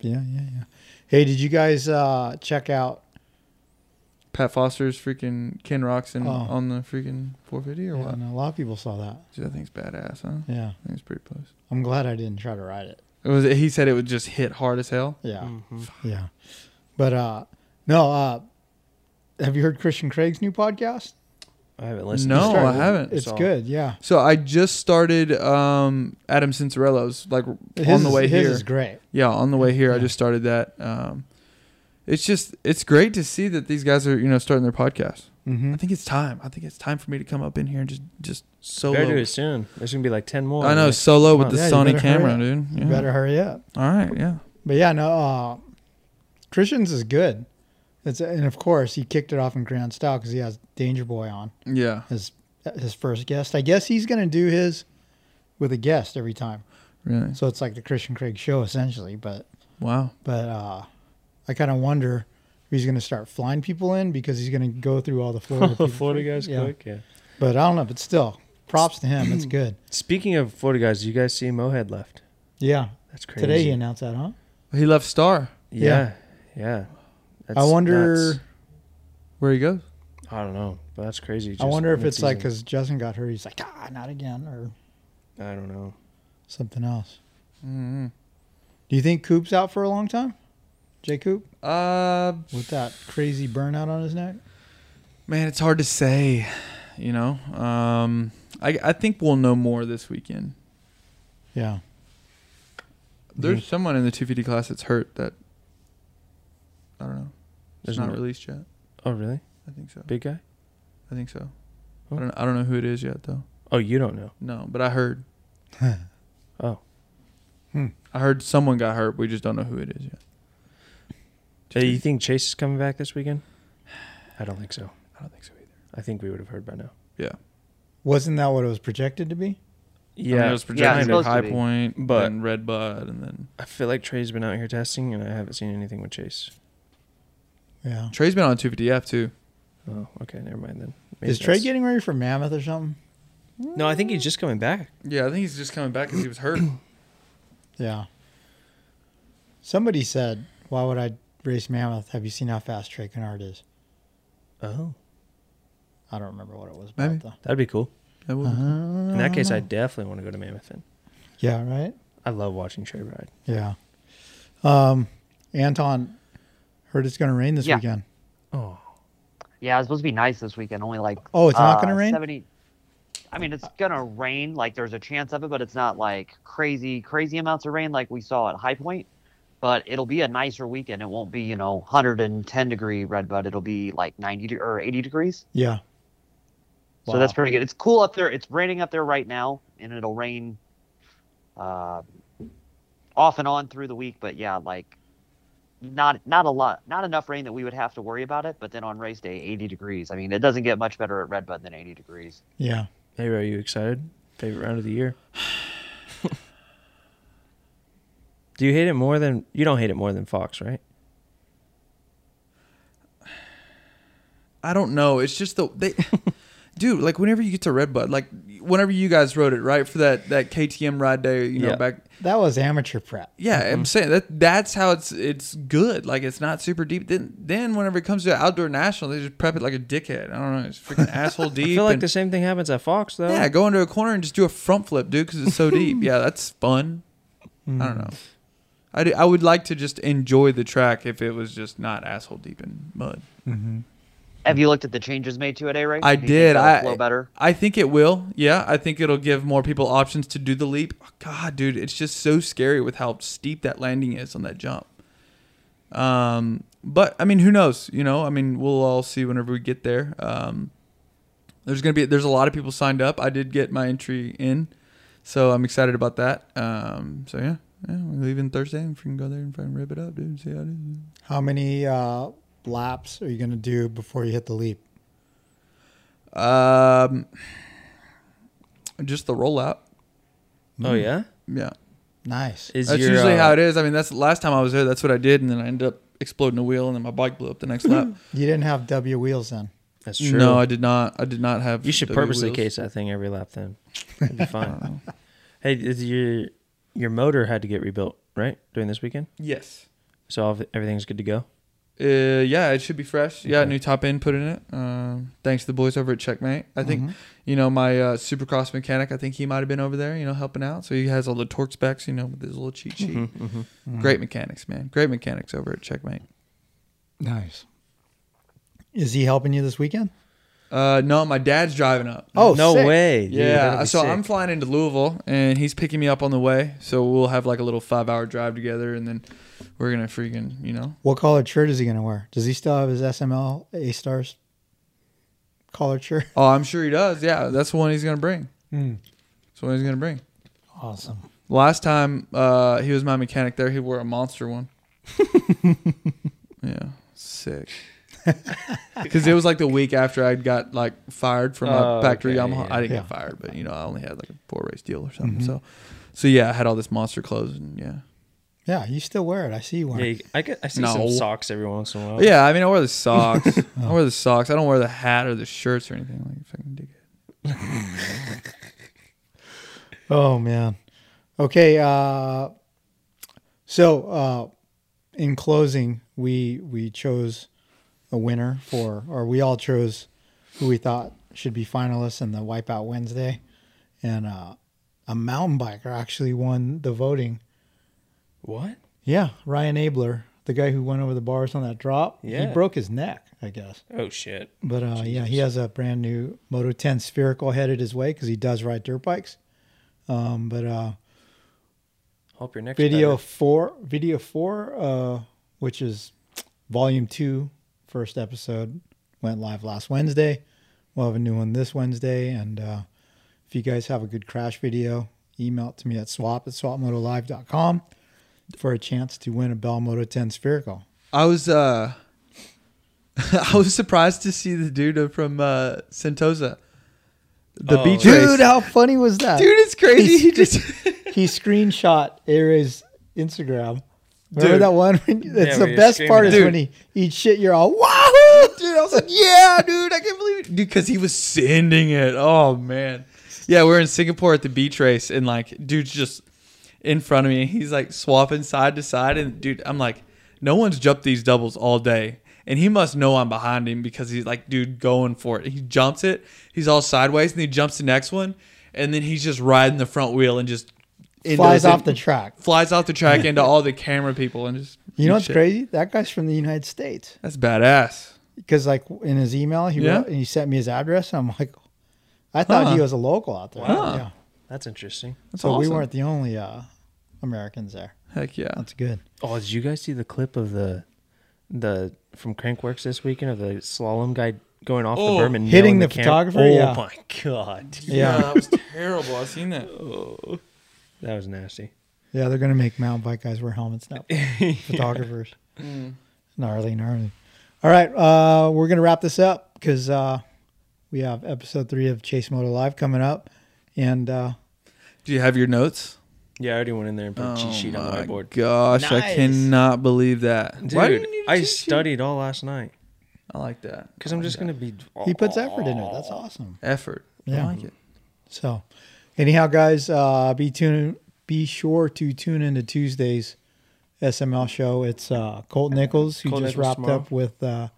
yeah, yeah, yeah. Hey, did you guys uh, check out?
Pat Foster's freaking Ken Roxon
Oh.
on the freaking 450 or
Yeah,
what?
and a lot of people saw that.
Dude, that thing's badass, huh?
Yeah,
I think it's pretty close.
I'm glad I didn't try to ride it.
It was. He said it would just hit hard as hell.
Yeah, yeah. But uh, no. Uh, have you heard Christian Craig's new podcast?
I haven't listened.
No,
to it.
I haven't.
It's
So-
good. Yeah,
So I just started um, Adam Cincerello's like on the
is-
way
his
here.
is great.
Yeah, on the way here, I
Yeah.
just started that. Um, it's just it's great to see that these guys are you know starting their podcast.
Mm-hmm.
I think it's time. I think it's time for me to come up in here and just just
Better do
solo.
it soon. There's gonna be like ten more.
I know solo with
Wow.
the
Oh, Yeah, you
Sony
better hurry
camera,
up.
dude.
You
Yeah.
better hurry up.
All right, yeah.
But yeah, no, uh, Christian's is good. It's and of course he kicked it off in grand style because he has Danger Boy on
Yeah.
his his first guest. I guess he's gonna do his with a guest every time,
Really.
so it's like the Christian Craig show essentially. But
Wow.
but uh, I kind of wonder if he's gonna start flying people in because he's gonna go through all the Florida people.
Florida guys
Yeah.
quick. Yeah.
But I don't know. But still, props to him. It's good.
Speaking of Florida guys, you guys see Mohead left.
Yeah.
That's crazy.
Today he announced that, huh?
He left Star.
yeah, yeah. That's
I wonder.
nuts.
Where he goes?
I don't know, but that's crazy.
I
just
wonder if it's like
mid-season.
because Justin got hurt, he's like, ah, not again, or
I don't know.
something else.
Mm-hmm.
Do you think Coop's out for a long time? J. Coop
Uh,
with that crazy burnout on his neck.
man, it's hard to say. You know, um, I I think we'll know more this weekend.
Yeah,
There's someone in the 250 class that's hurt that I don't know. It's
There's
not
no-
released yet.
Oh really?
I think so.
Big guy?
I think so.
Huh?
I don't. I don't know who it is yet though.
Oh, you don't know.
No, but I heard.
Oh.
Hmm.
I heard someone got hurt. We just don't know who it is yet.
Hey, you think Chase is coming back this weekend? I don't think so.
I don't think so either.
I think we would have heard by now.
wasn't that what it was projected to be?
I mean,
Yeah,
it was projected at
supposed to
High
be.
Point,
But-
but and Red Bud, and then
I feel like Trey's been out here testing, and I haven't seen anything with Chase.
Yeah.
Trey's been on 250F too.
Oh, okay, never mind then. Maybe
Is Trey
that's-
getting ready for Mammoth or something?
No, I think he's just coming back.
Yeah, I think he's just coming back because he was hurt.
Yeah. Somebody said, "Why would I race Mammoth? Have you seen how fast Trey Kennard is?"
Oh,
I don't remember what it was about
Maybe.
though.
that'd be cool.
That would be cool.
Uh,
In that case, I definitely want to go to Mammoth. Then
yeah, right.
I love watching Trey ride.
Yeah. Um, Anton heard it's going to rain this
Yeah.
weekend.
Oh,
Yeah, it's supposed to be nice this weekend. Only like
Oh, it's not gonna
uh,
rain?
70 I mean, it's gonna rain. Like there's a chance of it, but it's not like crazy, crazy amounts of rain like we saw at High Point. But it'll be a nicer weekend. It won't be you know 110 degree red bud. It'll be like 90 de- or 80 degrees.
Yeah.
So that's pretty good. It's cool up there. It's raining up there right now, and it'll rain uh, off and on through the week. But yeah, like not not a lot, not enough rain that we would have to worry about it. But then on race day, 80 degrees. I mean, it doesn't get much better at Red Bud than 80 degrees.
Yeah.
hey, are you excited? Favorite round of the year. Do you hate it more than you don't hate it more than Fox, right?
I don't know. It's just the they, dude. Like whenever you get to Red Bud, like whenever you guys rode it, right for that that KTM ride day, you know,
Yeah. Mm-hmm.
back.
That was amateur prep.
Yeah, I'm saying that that's how it's it's good. Like it's not super deep. Then then whenever it comes to outdoor national, they just prep it like a dickhead. I don't know. It's freaking asshole deep.
I feel like
and-
the same thing happens at Fox though.
Yeah, go into a corner and just do a front flip, dude, because it's so deep. Yeah, that's fun. I
Mm.
don't know. I, do, I would like to just enjoy the track if it was just not asshole deep in mud.
Have you looked at the changes made to it, A Ray?
I
Do you think
did.
that'll
I
flow better.
I think it will. Yeah, I think it'll give more people options to do the leap. Oh, God, dude, it's just so scary with how steep that landing is on that jump. Um, but I mean, who knows? You know, I mean, we'll all see whenever we get there. Um, there's gonna be there's a lot of people signed up. I did get my entry in, so I'm excited about that. Um, so yeah, yeah, we're leaving Thursday and we can go there and fucking rip it up, dude. See how it is.
How many uh, laps are you going to do before you hit the leap?
Um, just the rollout.
Oh yeah.
Yeah.
Nice.
Is
That's
your,
usually
uh,
how it is. I mean, that's last time I was there. That's what I did, and then I ended up exploding a wheel, and then my bike blew up the next lap.
You didn't have W wheels then.
That's true.
No, I did not. I did not have.
you should
W
purposely
wheels.
case that thing every lap. Then it'd be fine. hey, is your your motor had to get rebuilt right during this weekend,
Yes.
so all- everything's good to go.
Uh, yeah, it should be fresh. Yeah, new top end put in it. Um, thanks to the boys over at Checkmate. I
Mm-hmm.
think, you know, my uh, Supercross mechanic. I think he might have been over there, you know, helping out. So he has all the torque specs, you know, with his little cheat sheet.
Mm-hmm.
Great mechanics, man. Great mechanics over at Checkmate.
Nice. Is he helping you this weekend?
Uh, no, my dad's driving up.
Oh,
no
sick.
way. dude, that'd
yeah.
be
So I'm
sick.
flying into Louisville, and he's picking me up on the way. So we'll have like a little five hour drive together, and then we're gonna freaking, you know,
What collared shirt is he going to wear? Does he still have his SML A Stars collared shirt?
Oh, I'm sure he does. Yeah, that's the one he's gonna bring.
Hmm.
Mm.
That's the one he's gonna bring.
Awesome.
Last time uh, he was my mechanic there, he wore a monster one. yeah, sick. Because it was like the week after I got like fired from my
Oh,
factory
okay,
Yamaha.
yeah. Mm-hmm.
I didn't get fired, but you know I only had like a four race deal or something. So, so yeah, I had all this monster clothes and yeah,
Yeah, you still wear it. I see you wearing
Yeah,
it.
you- I get, I see
No.
some socks every once in a while.
yeah. I mean, I wear the socks. I wear the socks. I don't wear the hat or the shirts or anything. Like fucking dig it.
Oh, man. Okay. Uh, so, uh, in closing, we we chose a winner for, or we all chose who we thought should be finalists in the Wipeout Wednesday. And uh, a mountain biker actually won the voting.
What?
Yeah, Ryan Abler, the guy who went over the bars on that drop, he
Yeah.
broke his neck, I guess.
Oh shit.
But uh, yeah, he has a brand new Moto 10 spherical headed his way because he does ride dirt bikes. Um, but uh,
Hope your next
video
better.
four, video four, uh, which is volume two, first episode went live last Wednesday. We'll have a new one this Wednesday, and uh, if you guys have a good crash video, email it to me at swap at swapmotolive.com for a chance to win a Bell Moto 10 spherical.
I was uh, I was surprised to see the dude from uh, Sentosa, the
Oh,
beach race.
Dude, how funny was that?
dude it's crazy he just
he screenshot Ares Instagram. Remember
Dude.
that one? That's
when
the
you're
best part is
screaming.
when he eats shit. You're all
wahoo
wahoo.
dude i was like yeah dude i can't believe it dude because he was sending it oh man yeah we're in singapore at the beach race and like dude's just in front of me he's like swapping side to side and dude i'm like no one's jumped these doubles all day and he must know I'm behind him because he's like, dude, going for it. He jumps it. He's all sideways, and he jumps the next one, and then he's just riding the front wheel and just into
Flies
this-
off the track.
flies off the track into all the camera people and just
You know what's
shit.
crazy? That guy's from the United States.
That's badass.
Because like in his email, he
Yeah.
wrote, and he sent me his address. And I'm like, I thought
Huh.
he was a local out there.
Wow.
Yeah.
That's interesting.
That's
So we
awesome.
weren't the only uh, Americans there.
Heck yeah.
That's good.
Oh, did you guys see the clip of the the from Crankworks this weekend of the slalom guy going off
Oh,
the berm and
hitting
nailing
the
cam-
photographer?
Oh
Yeah.
my god,
Yeah.
that was terrible. I've seen that.
that was nasty.
Yeah, they're gonna make mountain bike guys wear helmets now. Photographers. Gnarly, gnarly. All right, uh, we're gonna wrap this up because uh, we have episode three of Chase Motor Live coming up, and uh,
Do you have your notes?
Yeah, I already went in there and put a cheat sheet on the
Oh my
whiteboard.
gosh, I
Nice.
cannot believe that.
Dude,
Why didn't you need a
I
cheat sheet? Oh
studied all last night
I like that.
because I'm just gonna be.
he puts effort in it. That's awesome.
Effort.
Yeah.
I like it.
So, anyhow, guys, uh, be tuned. Be sure to tune into Tuesday's SML show. It's uh, Colt Nichols who
Colt
just
Nichols
wrapped
tomorrow.
up with uh,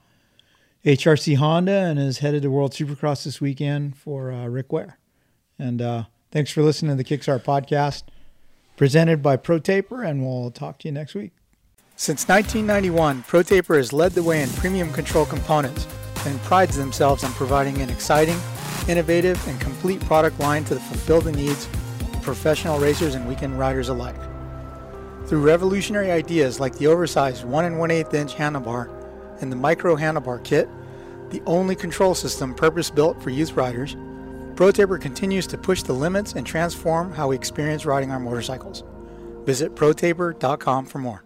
HRC Honda and is headed to World Supercross this weekend for uh, Rick Ware. And uh, thanks for listening to the Kickstart podcast presented by ProTaper, and we'll talk to you next week.
Since 1991, ProTaper has led the way in premium control components and prides themselves on providing an exciting, innovative, and complete product line to fulfill the needs of professional racers and weekend riders alike. Through revolutionary ideas like the oversized 1 and 1 8 inch handlebar and the micro handlebar kit, the only control system purpose built for youth riders, ProTaper continues to push the limits and transform how we experience riding our motorcycles. Visit protaper.com for more.